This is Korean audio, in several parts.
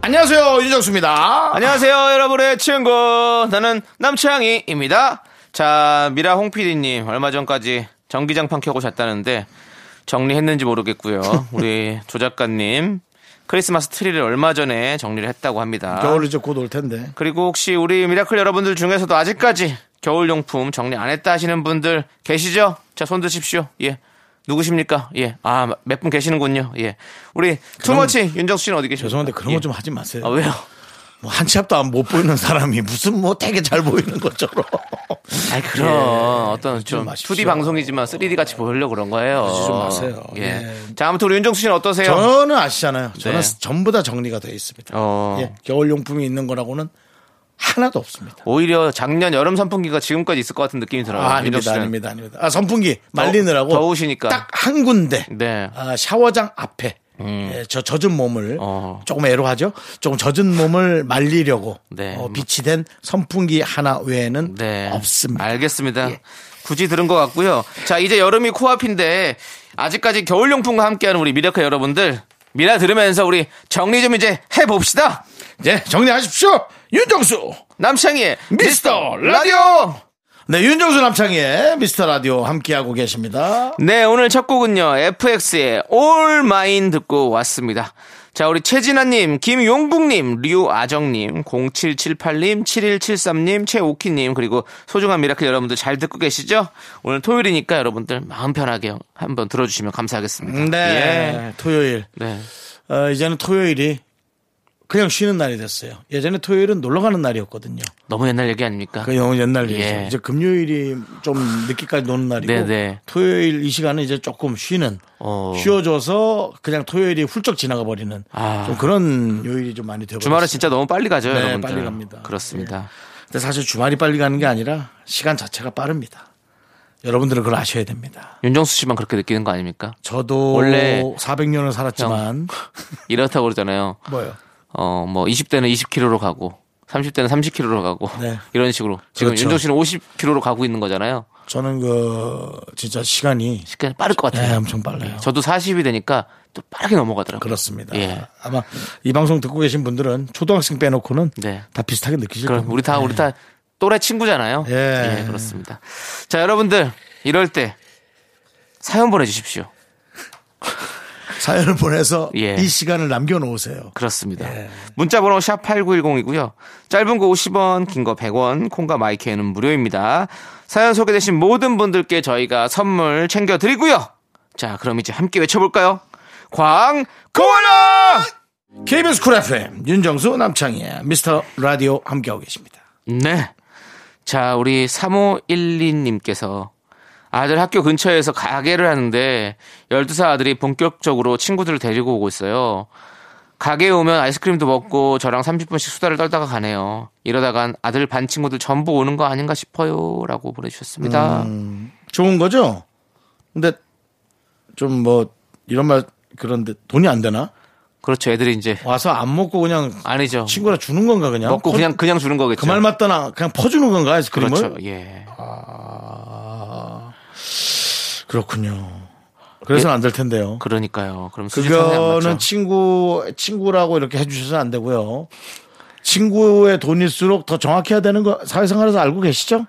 안녕하세요 윤정수입니다. 안녕하세요, 여러분의 친구. 나는 남창희입니다. 자, 미라 홍피디님, 얼마 전까지 전기장판 켜고 잤다는데, 정리했는지 모르겠고요. 우리 조 작가님, 크리스마스 트리를 얼마 전에 정리를 했다고 합니다. 겨울 이제 곧 올 텐데 그리고 혹시 우리 미라클 여러분들 중에서도 아직까지 겨울용품 정리 안 했다 하시는 분들 계시죠? 자, 손 드십시오. 예. 누구십니까? 예. 아, 몇 분 계시는군요. 예. 우리 투머치 윤정수 씨는 어디 계십니까? 죄송한데 그런 예. 거 좀 하지 마세요. 아, 왜요? 뭐 한치 앞도 안 못 보이는 사람이 무슨 뭐 되게 잘 보이는 것처럼 아이 그럼 어떤 좀 예. 마십시오. 2D 방송이지만 3D 같이 보려고 그런 거예요. 그러지 좀 마세요. 예. 예. 자 아무튼 우리 윤정수 씨는 어떠세요? 저는 아시잖아요. 저는 네. 전부 다 정리가 되어 있습니다. 어. 예, 겨울 용품이 있는 거라고는 하나도 없습니다. 오히려 작년 여름 선풍기가 지금까지 있을 것 같은 느낌이 들어요. 아, 아닙니다, 윤정수 씨는. 아닙니다, 아닙니다. 아, 선풍기 말리느라고 더우시니까. 딱 한 군데 네. 음. 아, 샤워장 앞에 예, 저 젖은 몸을 어. 조금 애로하죠. 조금 젖은 몸을 말리려고 네. 어, 빛이 된 선풍기 하나 외에는 네. 없습니다. 예. 알겠습니다. 굳이 들은 것 같고요. 자 이제 여름이 코앞인데 아직까지 겨울용품과 함께하는 우리 미라클 여러분들 미라 들으면서 우리 정리 좀 이제 해봅시다. 네, 정리하십시오. 윤정수. 남창희의 미스터 미스터 라디오. 네, 윤정수 남창희의 미스터 라디오 함께하고 계십니다. 네, 오늘 첫 곡은요, FX의 All Mine 듣고 왔습니다. 자, 우리 최진아님, 김용국님, 류아정님, 0778님, 7173님, 최오키님, 그리고 소중한 미라클 여러분들 잘 듣고 계시죠? 오늘 토요일이니까 여러분들 마음 편하게 한번 들어주시면 감사하겠습니다. 네, 토요일. 예. 네. 어, 이제는 토요일이 그냥 쉬는 날이 됐어요. 예전에 토요일은 놀러 가는 날이었거든요. 너무 옛날 얘기 아닙니까? 그 너무 옛날 얘기죠. 예. 이제 금요일이 좀 늦게까지 노는 날이고 네네. 토요일 이 시간은 이제 조금 쉬는 어. 쉬어줘서 그냥 토요일이 훌쩍 지나가 버리는 아. 좀 그런 요일이 좀 많이 되고 주말은 진짜 너무 빨리 가죠, 네, 여러분들. 빨리 갑니다. 그렇습니다. 근데 사실 주말이 빨리 가는 게 아니라 시간 자체가 빠릅니다. 여러분들은 그걸 아셔야 됩니다. 윤정수 씨만 그렇게 느끼는 거 아닙니까? 저도 원래 400년을 살았지만 이렇다고 그러잖아요. 뭐요? 어, 뭐 20대는 20kg로 가고 30대는 30kg로 가고 네. 이런 식으로 지금 그렇죠. 윤종 씨는 50kg로 가고 있는 거잖아요. 저는 그 진짜 시간이 쉽게 빠를 것 네, 같아요. 엄청 빨라요. 저도 40이 되니까 또 빠르게 넘어가더라고요. 그렇습니다. 예. 아마 이 방송 듣고 계신 분들은 초등학생 빼놓고는 네. 다 비슷하게 느끼실 그럼 겁니다. 우리 다 우리 다 또래 친구잖아요. 네. 예. 예, 그렇습니다. 자, 여러분들 이럴 때 사연 보내 주십시오. 사연을 보내서 예. 이 시간을 남겨놓으세요. 그렇습니다. 문자 번호 샵 8910이고요. 짧은 거 50원, 긴 거 100원, 콩과 마이크에는 무료입니다. 사연 소개되신 모든 분들께 저희가 선물 챙겨 드리고요. 자, 그럼 이제 함께 외쳐 볼까요? 광고라! KBS 쿨 FM 윤정수 남창희의 미스터 라디오 함께하고 계십니다. 네. 자, 우리 3512님께서 아들 학교 근처에서 가게를 하는데 12살 아들이 본격적으로 친구들을 데리고 오고 있어요. 가게에 오면 아이스크림도 먹고 저랑 30분씩 수다를 떨다가 가네요. 이러다간 아들 반 친구들 전부 오는 거 아닌가 싶어요. 라고 보내주셨습니다. 음. 좋은 거죠? 근데 좀 뭐 이런 말 그런데 돈이 안 되나? 그렇죠. 애들이 이제 와서 안 먹고 그냥 아니죠. 친구랑 주는 건가 그냥? 먹고 퍼- 그냥 그냥 주는 거겠죠. 그 말 맞다나 그냥 퍼주는 건가 아이스크림을? 그렇죠. 예. 군요 예. 그래서는 안 될 텐데요. 그러니까요. 그럼 수준 상당히 안 맞죠. 그거는 친구 친구라고 이렇게 해주셔서 안 되고요. 친구의 돈일수록 더 정확해야 되는 거 사회생활에서 알고 계시죠?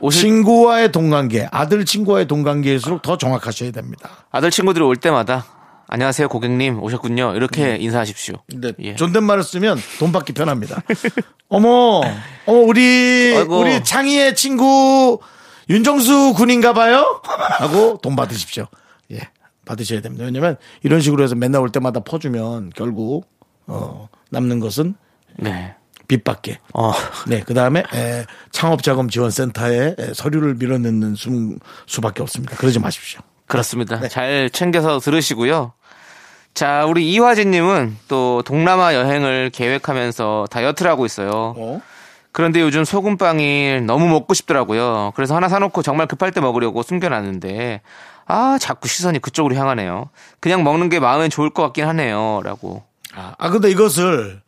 오실 친구와의 동관계, 아들 친구와의 동관계일수록 더 정확하셔야 됩니다. 아들 친구들이 올 때마다 안녕하세요 고객님 오셨군요 이렇게 인사하십시오. 근데 예. 존댓말을 쓰면 돈 받기 편합니다. 어머, 어머 우리 아이고. 우리 창희의 친구 윤정수 군인가봐요. 하고 돈 받으십시오. 예, 받으셔야 됩니다. 왜냐면 이런 식으로 해서 맨날 올 때마다 퍼주면 결국 어, 남는 것은 네. 빚밖에. 어. 네, 그 다음에 창업자금 지원센터에 에, 서류를 밀어넣는 수, 수밖에 없습니다. 그러지 마십시오. 네. 그렇습니다. 잘 챙겨서 들으시고요. 자, 우리 이화진님은 또 동남아 여행을 계획하면서 다이어트를 하고 있어요. 어? 그런데 요즘 소금빵이 너무 먹고 싶더라고요. 그래서 하나 사놓고 정말 급할 때 먹으려고 숨겨놨는데, 아, 자꾸 시선이 그쪽으로 향하네요. 그냥 먹는 게 마음에 좋을 것 같긴 하네요. 라고. 아 근데 이것을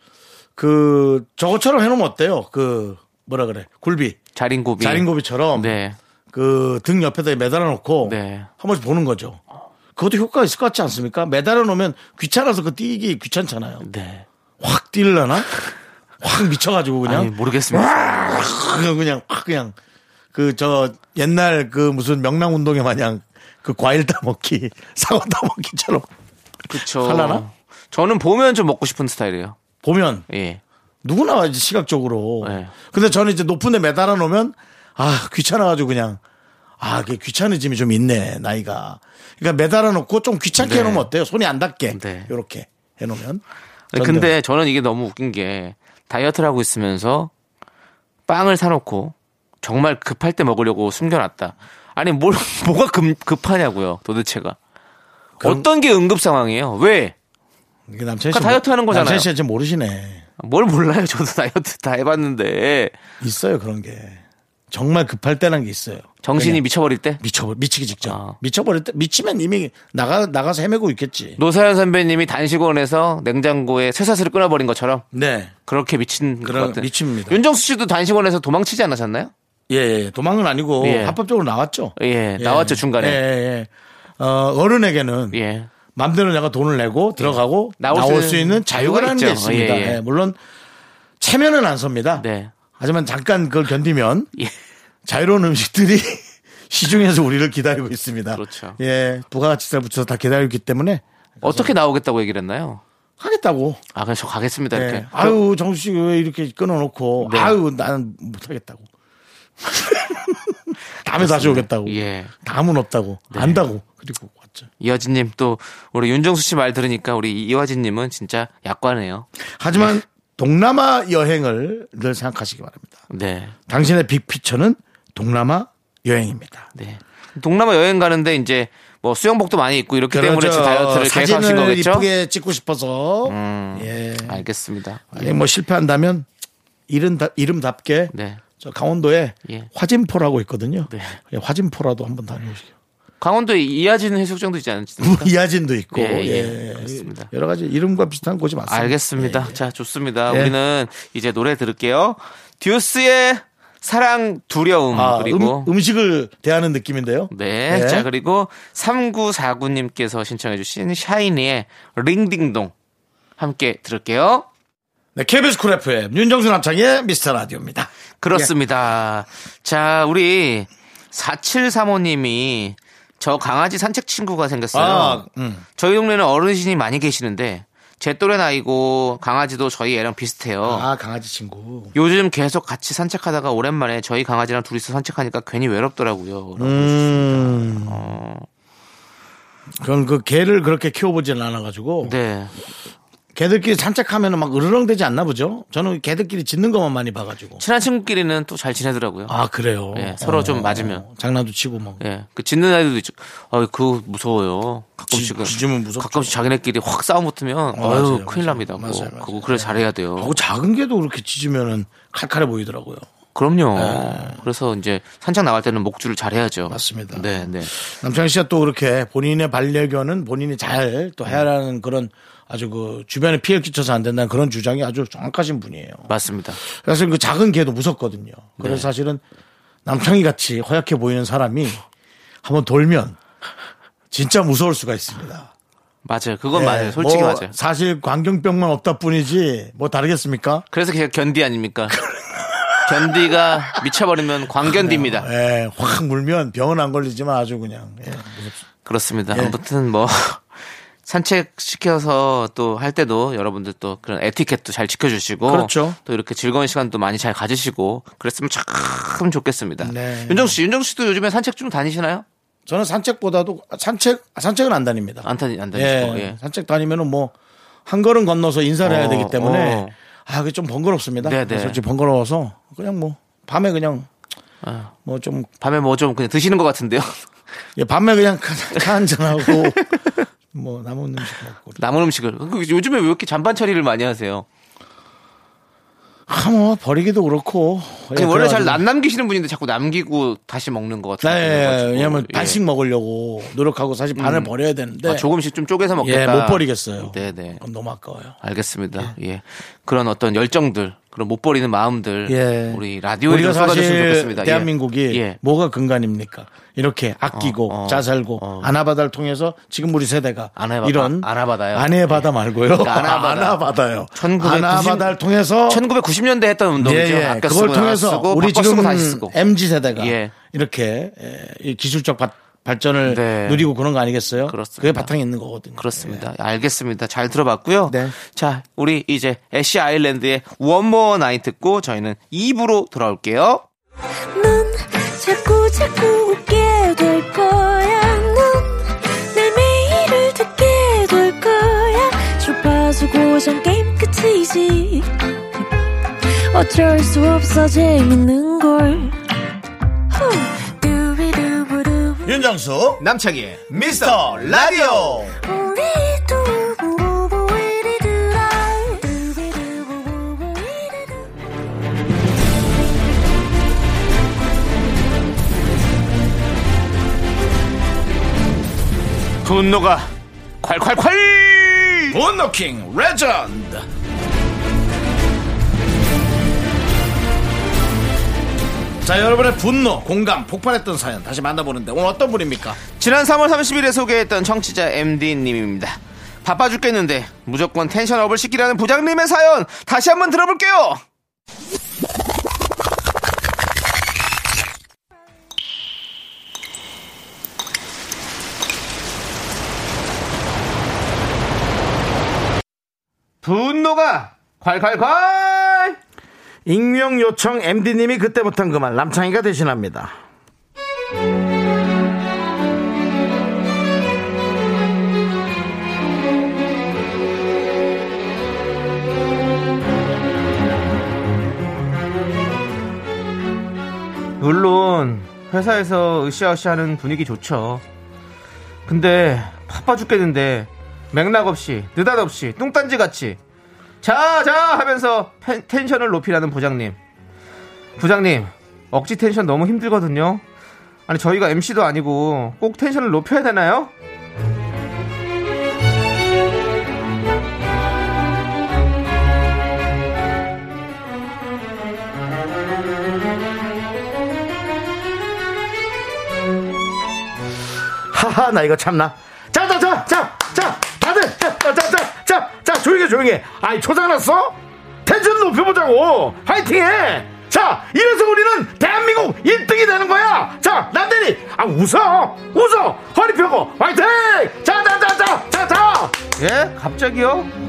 그 저것처럼 해놓으면 어때요? 그 뭐라 그래 굴비 자린고비. 자린고비처럼 네. 그 등 옆에다 매달아놓고 네. 한 번씩 보는 거죠. 그것도 효과가 있을 것 같지 않습니까? 매달아놓으면 귀찮아서 그 뛰기 귀찮잖아요. 네. 확 뛸려나? 확 미쳐가지고 그냥 아니, 모르겠습니다. 그냥 그냥 확 그냥 그 저 옛날 그 무슨 명랑 운동회 마냥 그 과일 따먹기 사과 따먹기처럼 그쵸. 살라나? 저는 보면 좀 먹고 싶은 스타일이에요. 보면 예. 누구나 이제 시각적으로 네. 근데 저는 이제 높은 데 매달아 놓으면 아 귀찮아가지고 그냥 아 그게 귀찮으짐이 좀 있네 나이가 그러니까 매달아 놓고 좀 귀찮게 네. 해놓으면 어때요 손이 안 닿게 네. 이렇게 해놓으면 근데 저는 이게 너무 웃긴 게 다이어트를 하고 있으면서 빵을 사놓고 정말 급할 때 먹으려고 숨겨놨다. 아니 뭘 뭐가 급, 급하냐고요 도대체가 그럼- 어떤 게 응급 상황이에요? 왜? 이게 남친 그러니까 다이어트 하는 거잖아요. 남친 씨는 지금 모르시네 뭘 몰라요? 저도 다이어트 다 해봤는데 있어요 그런 게 정말 급할 때라는 게 있어요 정신이 그냥. 미쳐버릴 때 미쳐 미치기 직전. 아. 미쳐버릴 때 미치면 이미 나가 나가서 헤매고 있겠지. 노사연 선배님이 단식원에서 냉장고에 쇠사슬을 끊어버린 것처럼 네. 그렇게 미친 것 그런- 같아요. 미칩니다. 윤정수 씨도 단식원에서 도망치지 않으셨나요? 예, 예. 도망은 아니고 예. 합법적으로 나왔죠. 예, 나왔죠, 중간에. 예, 예, 예. 어, 어른에게는 예. 맘대로 내가 돈을 내고 들어가고 나올 예. 나올, 수 수 있는 자유라는 게 있죠. 있습니다. 예, 예. 예, 물론 체면은 안 섭니다. 네. 하지만 잠깐 그걸 견디면 예. 자유로운 음식들이 시중에서 우리를 기다리고 있습니다. 그렇죠. 예, 부가가치세 붙여서 다 기다리기 때문에 어떻게 나오겠다고 얘기를 했나요? 하겠다고 아, 그냥 저 가겠습니다. 네. 이렇게. 아유 정수 씨 왜 이렇게 끊어놓고 네. 아유 나는 못하겠다고. 다음에 다시 오겠다고. 예. 네. 다음은 없다고. 안다고. 그리고 왔죠. 이화진님 또 우리 윤정수 씨 말 들으니까 우리 이화진님은 진짜 약과네요. 하지만 동남아 여행을 늘 생각하시기 바랍니다. 네, 당신의 빅피처는 동남아 여행입니다. 네. 동남아 여행 가는데 이제 뭐 수영복도 많이 입고 이렇기 때문에 그러죠. 제 다이어트를 계속하신 그러니까 사진을 거겠죠? 음. 이쁘게 찍고 싶어서 예. 알겠습니다. 아니, 뭐 실패한다면 이름 다, 이름답게 네. 저 강원도에 예. 화진포라고 있거든요. 네. 예, 화진포라도 한번 다녀오시죠. 강원도 에 이화진 해수욕장도 있지 음. 않습니까? 뭐 이하진도 있고 그러니까. 예, 예, 예, 그렇습니다. 여러 가지 이름과 비슷한 곳이 많습니다. 알겠습니다. 자, 좋습니다. 예. 우리는 이제 노래 들을게요. 듀스의 사랑 두려움 아, 그리고 음, 식을 대하는 느낌인데요. 네. 예. 자, 그리고 3949님께서 신청해주신 샤이니의 링딩동 함께 들을게요. 네, KBS 쿨 FM 윤정수 남창의 미스터 라디오입니다. 그렇습니다. 예. 자, 우리 4735님이 저 강아지 산책 친구가 생겼어요. 아, 음. 저희 동네는 어르신이 많이 계시는데 제 또래 나이고 강아지도 저희 애랑 비슷해요. 아 강아지 친구. 요즘 계속 같이 산책하다가 오랜만에 저희 강아지랑 둘이서 산책하니까 괜히 외롭더라고요. 음, 어, 그럼 그 개를 그렇게 키워보지는 않아가지고 네. 개들끼리 산책하면 막 으르렁대지 않나 보죠. 저는 개들끼리 짖는 것만 많이 봐가지고. 친한 친구끼리는 또 잘 지내더라고요. 아 어. 그래요. 예, 서로 좀 맞으면. 장난도 치고 막 예. 그 짖는 아이들도 있죠. 아, 그거 무서워요. 가끔씩은. 짖- 짖으면 무섭죠. 가끔씩 자기네끼리 확 싸움 붙으면 어, 아유, 맞아요, 맞아요. 큰일 납니다. 그거. 맞아요, 맞아요. 그거 그래 잘해야 돼요. 어, 작은 개도 그렇게 짖으면은 칼칼해 보이더라고요. 그럼요. 그래서 이제 산책 나갈 때는 목줄을 잘해야죠. 네. 맞습니다. 네, 네. 남창희 씨가 또 그렇게 본인의 반려견은 본인이 잘 또 해야 음. 하는 그런 아주 그 주변에 피해 끼쳐서 안 된다는 그런 주장이 아주 정확하신 분이에요. 맞습니다. 그래서 그 작은 개도 무섭거든요. 그래서 네. 사실은 남창희 같이 허약해 보이는 사람이 한번 돌면 진짜 무서울 수가 있습니다. 맞아요. 그건 예, 맞아요. 네. 솔직히 뭐 맞아요. 사실 광경병만 없다 뿐이지 뭐 다르겠습니까? 그래서 걔가 견디 아닙니까? 견디가 미쳐버리면 광견디입니다. 예, 확 물면 병은 안 걸리지만 아주 그냥 네. 예, 무섭습니다. 그렇습니다. 예. 아무튼 뭐 산책 시켜서 또 할 때도 여러분들 또 그런 에티켓도 잘 지켜주시고 그렇죠. 또 이렇게 즐거운 시간도 많이 잘 가지시고 그랬으면 참 좋겠습니다. 네. 윤정수 씨, 윤정수 씨도 요즘에 산책 좀 다니시나요? 저는 산책보다도 산책 산책은 안 다닙니다. 안 다니 안 예, 다니시고 예. 산책 다니면은 뭐 한 걸음 건너서 인사를 어, 해야 되기 때문에 어. 아 그게 좀 번거롭습니다. 네, 네. 솔직히 번거로워서 그냥 뭐 밤에 그냥 아. 뭐 좀 예, 밤에 뭐 좀 그냥 드시는 것 같은데요. 밤에 그냥 차 한잔 하고 뭐 남은 음식 먹고. 남은 음식을. 그 요즘에 왜 이렇게 잔반 처리를 많이 하세요? 아, 뭐 버리기도 그렇고. 아니, 예, 원래 그래가지고. 잘 안 남기시는 분인데 자꾸 남기고 다시 먹는 것 같아요. 네, 왜냐면 반씩 먹으려고 노력하고 사실 반을 버려야 되는데. 예. 아, 조금씩 좀 쪼개서 예, 먹겠다. 못 버리겠어요. 네네. 그럼 너무 아까워요. 알겠습니다. 예. 그런 어떤 열정들, 그런 못 버리는 마음들, 예. 우리 라디오에 좀 쏟아주시면 좋겠습니다. 예. 대한민국이 예. 뭐가 근간입니까? 이렇게 아끼고 어, 어, 자살고 어. 아나바다를 통해서 지금 우리 세대가 안 해봐- 이런 아, 아나바다요? 아내의 바다 말고요. 그러니까 아나바다. 아나바다요. 1990 아나바다를 통해서 1990년대 했던 운동이죠. 뭐 예, 예. 아까 그걸 쓰고 나가 통해서 쓰고 우리 바꿔 지금 쓰고 다시 쓰고. MZ 세대가 예. 이렇게 예, 이 기술적 발- 발전을 네. 누리고 그런 거 아니겠어요? 그렇습니다. 게 바탕에 있는 거거든요. 그렇습니다. 예. 알겠습니다. 잘 들어봤고요. 네. 자, 우리 이제 애쉬 아일랜드의 원모어 나이 듣고 저희는 2부로 돌아올게요. 넌 자꾸 자꾸 웃게 될 거야. 넌내 매일을 듣게 될 거야. 주파수 고정 게임 끝이지. 어쩔 수 없어 재밌는 걸. 후. 두비두부두. 윤정수 남창희의 미스터 라디오. 우리 두부부부 우리들아. 두비두부부부 우리들아. 분노가 콸콸콸! 본노킹 레전드 자 여러분의 분노 공감 폭발했던 사연 다시 만나보는데 오늘 어떤 분입니까? 지난 3월 30일에 소개했던 청취자 MD님입니다. 바빠 죽겠는데 무조건 텐션업을 시키라는 부장님의 사연 다시 한번 들어볼게요. 분노가 콸콸콸! 익명 요청 MD님이 그때 못한 그 말 남창희가 대신합니다 물론 회사에서 으쌰으쌰하는 분위기 좋죠. 근데 바빠 죽겠는데 맥락 없이 느닷없이 뚱딴지 같이 자자 하면서 펜- 텐션을 높이라는 부장님. 부장님 억지 텐션 너무 힘들거든요. 아니 저희가 MC도 아니고 꼭 텐션을 높여야 되나요? 하하 나 이거 참나 자자자자자 다들 자자자자자 조용히 해, 조용히 해. 아이 초장났어? 텐션 높여보자고 화이팅해 자 이래서 우리는 대한민국 1등이 되는 거야 자 남대리 아 웃어 웃어 허리 펴고 화이팅 자자자자자자 예? 갑자기요?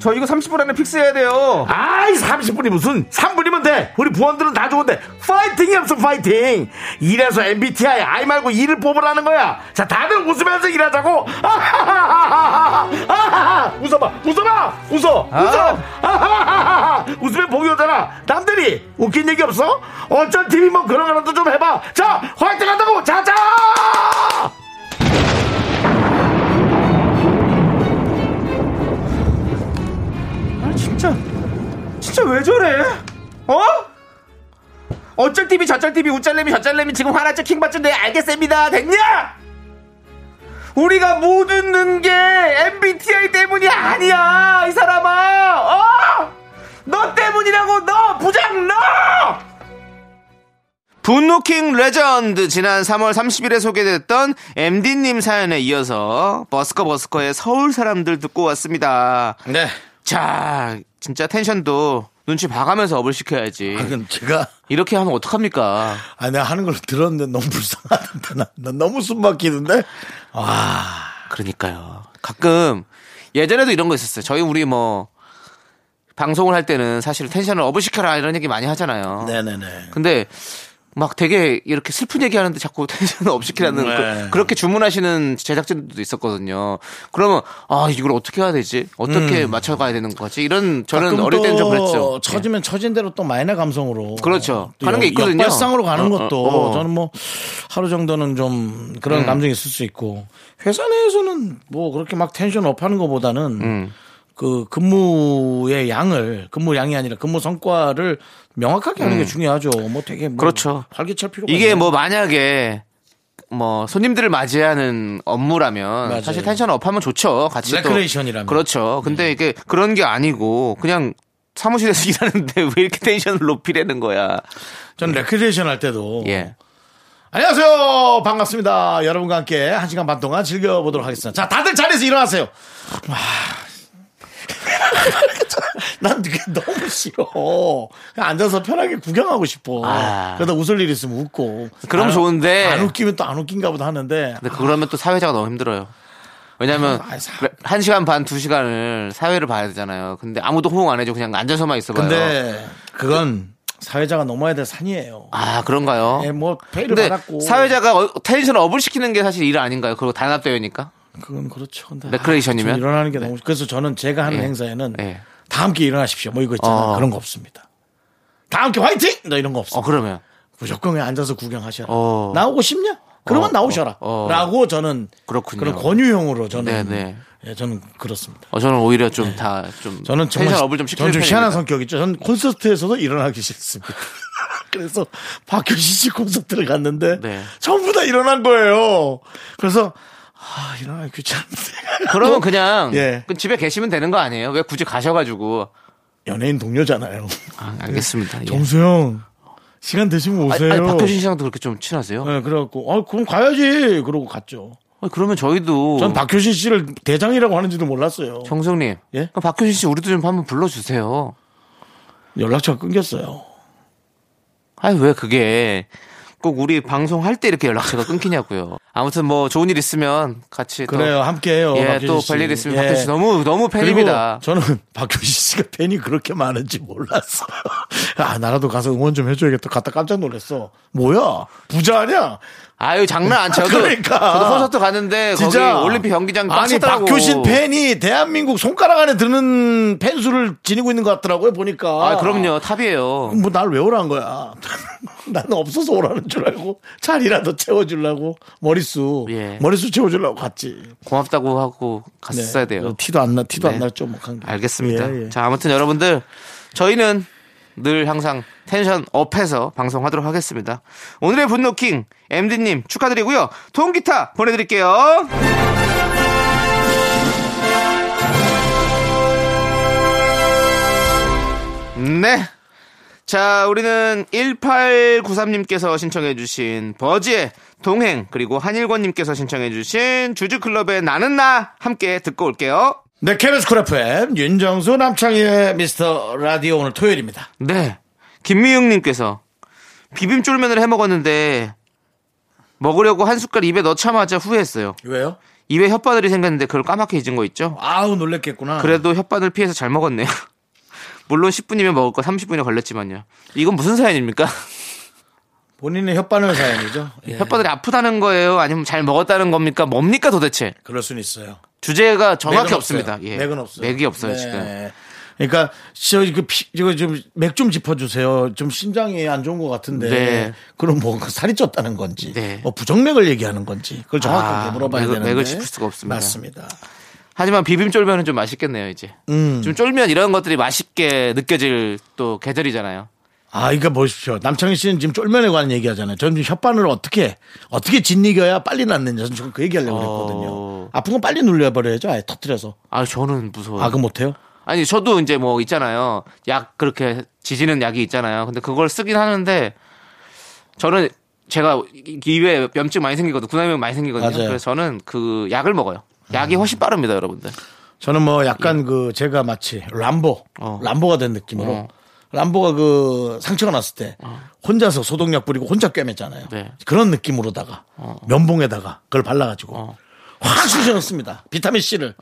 저 이거 30분 안에 픽스해야 돼요. 아이 30분이 무슨 3분이면 돼 우리 부원들은 다 좋은데 파이팅이 없어 파이팅 이래서 MBTI 아이 말고 이를 뽑으라는 거야 자 다들 웃으면서 일하자고 아하하하하하 아하하 웃어봐 웃어봐 웃어 웃어 아하하하하 웃으면 복이 오잖아 남들이 웃긴 얘기 없어? 어쩐 TV 뭐 그런 거라도 좀 해봐 자 화이팅 한다고 자자 아 진짜 진짜 왜 저래? 어? 어쩔 TV 저쩔 TV 우짤내미 저짤내미 지금 화났죠 킹받죠 네 알겠습니다 됐냐? 우리가 못 웃는 게 MBTI 때문이 아니야 이 사람아 어? 너 때문이라고 너 부장 너! 분노킹 레전드 지난 3월 30일에 소개됐던 MD님 사연에 이어서 버스커 버스커의 서울 사람들 듣고 왔습니다 네 자, 진짜 텐션도 눈치 봐가면서 업을 시켜야지. 그럼 제가 이렇게 하면 어떡합니까? 아, 내가 하는 걸 들었는데 너무 불쌍하다. 나, 나 너무 숨 막히는데? 와. 그러니까요. 가끔 예전에도 이런 거 있었어요. 저희 우리 뭐 네. 방송을 할 때는 사실 텐션을 업을 시켜라 이런 얘기 많이 하잖아요. 네네네. 근데 막 되게 이렇게 슬픈 얘기 하는데 자꾸 텐션을 업시키라는 네. 그, 그렇게 주문하시는 제작진들도 있었거든요. 그러면 아 이걸 어떻게 해야 되지? 어떻게 맞춰가야 되는 거지? 이런 저는 음. 가끔 어릴 때는 좀 또 그랬죠. 예. 처지면 처진 대로 또 마이너 감성으로. 그렇죠. 또 가는 게 역- 있거든요. 역발상으로 가는 어, 어, 것도 어. 음. 저는 뭐 하루 정도는 좀 그런 감정이 있을 수 있고 회사 내에서는 뭐 그렇게 막 텐션 업하는 것보다는 음. 그 근무의 양을 근무 양이 아니라 근무 성과를 명확하게 하는 게 중요하죠. 뭐 되게 뭐 음. 그렇죠. 활기찰 필요가 이게 있나요? 뭐 만약에 뭐 손님들을 맞이하는 업무라면 맞아요. 사실 텐션 업하면 좋죠. 같이 또 레크레이션이라면. 음. 그렇죠. 근데 이게 그런 게 아니고 그냥 사무실에서 일하는데 왜 이렇게 텐션을 높이려는 거야? 어. 저는 레크레이션 할 때도 예. 안녕하세요. 반갑습니다. 여러분과 함께 한 시간 반 동안 즐겨보도록 하겠습니다. 자, 다들 자리에서 일어나세요. 와. 난 그게 너무 싫어. 그냥 앉아서 편하게 구경하고 싶어. 아. 그러다 웃을 일 있으면 웃고. 그럼 안- 좋은데. 안 웃기면 또 안 웃긴가 보다 하는데. 근데 그러면 또 사회자가 너무 힘들어요. 왜냐면 아, 사- 한 시간 반 두 시간을 사회를 봐야 되잖아요. 근데 아무도 호응 안 해줘 그냥 앉아서만 있어봐요. 근데 그건 사회자가 넘어야 될 산이에요. 아 그런가요? 예, 뭐 페이를 근데 받았고. 사회자가 어- 텐션 업을 시키는 게 사실 일 아닌가요? 그리고 단합대회니까. 그건 그렇죠. 근데 레크레이션이면? 네. 아, 좀 일어나는 게 너무. 그래서 저는 제가 하는 예. 행사에는 예. 다 함께 일어나십시오. 뭐 이거 있잖아. 어. 그런 거 없습니다. 다 함께 화이팅! 너 이런 거 없어. 어 그러면 무조건 그냥 앉아서 구경하셔라. 어. 나오고 싶냐? 그러면 어, 나오셔라. 어, 어. 라고 저는 그렇군요. 런 권유형으로 저는 네, 예, 저는 그렇습니다. 어, 저는 오히려 좀 다 좀 네. 저는 정말 텐션 업을 저는 좀 시키는 좀 편입니다. 희한한 성격이죠. 저는 콘서트에서도 일어나기 싫습니다. 그래서 박효신 씨 콘서트를 갔는데 네. 전부 다 일어난 거예요. 그래서 아 일어나기 귀찮은데. 그러면 그냥 예. 그 집에 계시면 되는 거 아니에요? 왜 굳이 가셔가지고 연예인 동료잖아요. 아, 알겠습니다. 예. 정수영 시간 되시면 아니, 오세요. 아니, 박효신 씨랑도 그렇게 좀 친하세요? 네, 그래갖고 아 그럼 가야지 그러고 갔죠. 아니, 그러면 저희도 전 박효신 씨를 대장이라고 하는지도 몰랐어요. 어. 정성님, 예? 그럼 박효신 씨 우리도 좀 한번 불러주세요. 연락처가 끊겼어요. 아니 왜 그게 꼭 우리 방송할 때 이렇게 연락처가 끊기냐고요. 아무튼 뭐 좋은 일 있으면 같이 또 그래요, 함께해요. 예, 박효신 또 씨. 별일 있으면 예. 박효신 씨 너무 그리고 너무 팬입니다. 저는 박효신 씨가 팬이 그렇게 많은지 몰랐어요. 아 나라도 가서 응원 좀 해줘야겠다. 갔다 깜짝 놀랐어. 뭐야 부자 아니야? 아유 장난 안 쳐도 그러니까. 저도 콘서트 갔는데 진짜 거기 올림픽 경기장 꽉 아니 찼더라고. 박효신 팬이 대한민국 손가락 안에 드는 팬 수를 지니고 있는 것 같더라고요 보니까. 아 그럼요 탑이에요. 뭐 날 왜 오라는 거야? 나는 없어서 오라는 줄 알고 자리라도 채워주려고 머릿수 예. 머릿수 채워주려고 갔지. 네. 고맙다고 하고 갔어야 돼요. 티도 안 나, 티도 네. 안 날죠, 뭐 간 게. 알겠습니다. 예, 예. 자, 아무튼 여러분들 저희는 늘 항상 텐션 업해서 방송하도록 하겠습니다. 오늘의 분노킹 MD님 축하드리고요. 통기타 보내드릴게요. 네. 자, 우리는 1893님께서 신청해주신 버지의 동행, 그리고 한일권님께서 신청해주신 주주클럽의 나는 나 함께 듣고 올게요. 네, KBS 쿨 FM 윤정수 남창희의 미스터 라디오 오늘 토요일입니다. 네. 김미영님께서 비빔 쫄면을 해 먹었는데 먹으려고 한 숟갈 입에 넣자마자 후회했어요. 왜요? 입에 혓바늘이 생겼는데 그걸 까맣게 잊은 거 있죠? 아우 놀랬겠구나. 그래도 혓바늘 피해서 잘 먹었네요. 물론 10분이면 먹을 거 30분이 걸렸지만요. 이건 무슨 사연입니까? 본인의 혓바늘 사연이죠. 예. 혓바늘이 아프다는 거예요? 아니면 잘 먹었다는 겁니까? 뭡니까 도대체? 그럴 수는 있어요. 주제가 정확히 맥은 없습니다. 없어요. 예. 맥은 없어요. 맥이 없어요, 네. 지금. 그러니까 저그 이거 좀맥 좀 짚어주세요. 좀 심장이 안 좋은 것 같은데. 네. 그럼 뭐그 살이 쪘다는 건지, 네. 뭐 부정맥을 얘기하는 건지 그걸 정확하게 아, 물어봐야 맥을- 되는데. 맥을 짚을 수가 없습니다. 맞습니다. 하지만 비빔 쫄면은 좀 맛있겠네요, 이제. 음. 좀 쫄면 이런 것들이 맛있게 느껴질 또 계절이잖아요. 아, 그러니까 보십시오. 남창희 씨는 지금 쫄면에 관한 얘기하잖아요. 저는 지금 혓바늘을 어떻게 어떻게 짓이겨야 빨리 낫는지 저는 지금 그 얘기하려고 어. 그랬거든요. 아픈 건 빨리 눌려버려야죠. 아예 터뜨려서. 아, 저는 무서워요. 아, 그 못해요? 아니 저도 이제 뭐 있잖아요 약 그렇게 지지는 약이 있잖아요 근데 그걸 쓰긴 하는데 저는 제가 이- 이외에 염증 많이 생기거든요 구나염 많이 생기거든요 맞아요. 음. 그래서 저는 그 약을 먹어요 약이 훨씬 빠릅니다 여러분들 저는 뭐 약간 그 제가 마치 람보, 예. 어. 람보가 된 느낌으로 어. 람보가 그 상처가 났을 때 혼자서 소독약 뿌리고 혼자 꿰맸잖아요. 네. 어. 그런 느낌으로다가 면봉에다가 그걸 발라가지고 확 쑤셔넣습니다. 비타민 C를.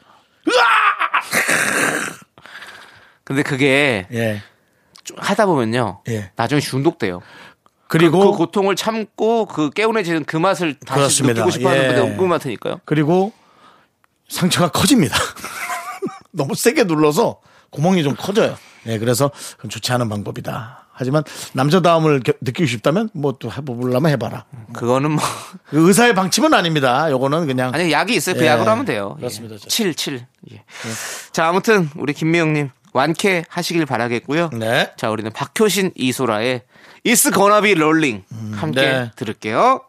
근데 그게 예. 좀 하다 보면요 예. 나중에 중독돼요 그 그리고 고통을 참고 그 깨운해지는 그 맛을 다시 그렇습니다. 느끼고 싶어하는 예. 분들 없고 많으니까요. 그리고 상처가 커집니다. 너무 세게 눌러서 구멍이 좀 커져요. 예, 그래서 그건 좋지 않은 방법이다. 하지만 남자다움을 겨- 느끼고 싶다면 뭐 또 해보려면 해봐라. 그거는 뭐 그 의사의 방침은 아닙니다. 요거는 그냥 아니 약이 있어요. 그 예. 약으로 하면 돼요. 그렇습니다. 예. 7, 7. 예. 자 아무튼 우리 김미영님 완쾌하시길 바라겠고요. 네. 자 우리는 박효신 이소라의 It's Gonna Be Rolling 함께 네. 들을게요.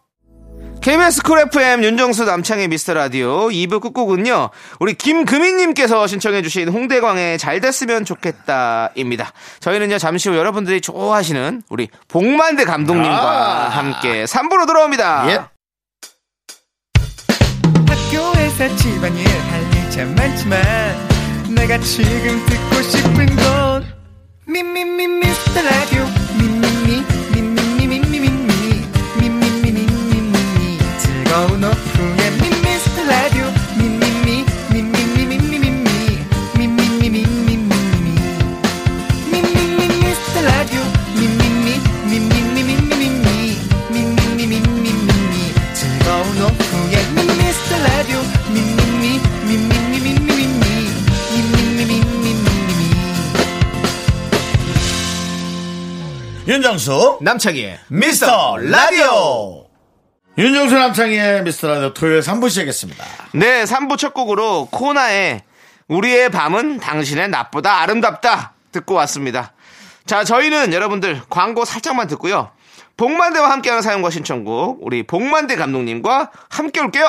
KBS 쿨 FM 윤정수 남창의 미스터 라디오 2부 끝곡은요. 우리 김금희님께서 신청해주신 홍대광의 잘 됐으면 좋겠다입니다. 저희는요 잠시 후 여러분들이 좋아하시는 우리 복만대 감독님과 아. 함께 3부로 돌아옵니다. 예. 학교에서 집안일 할 일 참 많지만 내가 지금 듣고 싶은 건 미미미 미스터 라디오 미미미 미미미 미미미 미미미 미미미 미미미 즐거운 오후에 미미스터 라디오 미미미 미미미 미미미 미미미 미미미 미미미 윤정수 남창희의 미스터 라디오. 윤정수 남창희의 미스터 라디오 토요일 3부 시작했습니다. 네, 3부 첫 곡으로 코나의 우리의 밤은 당신의 낮보다 아름답다 듣고 왔습니다. 자, 저희는 여러분들 광고 살짝만 듣고요. 복만대와 함께하는 사연과 신청곡 우리 복만대 감독님과 함께 올게요.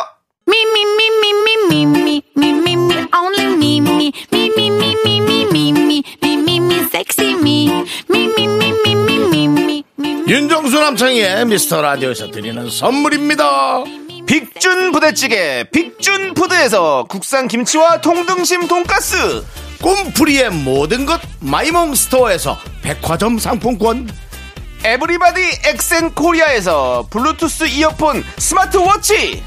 Me, me, me, me, me, me, me, me, me, me, only me, me, me, me, me, me, me, me, me, me, me, me, sexy me, me, me, me, me, me, me, me, me, me. 윤정수 남창희의 미스터 라디오에서 드리는 선물입니다. 빅준 부대찌개 빅준푸드에서 국산 김치와 통등심 돈가스 꿈풀이의 모든 것 마이몽 스토어에서 백화점 상품권 에브리바디 엑센코리아에서 블루투스 이어폰 스마트워치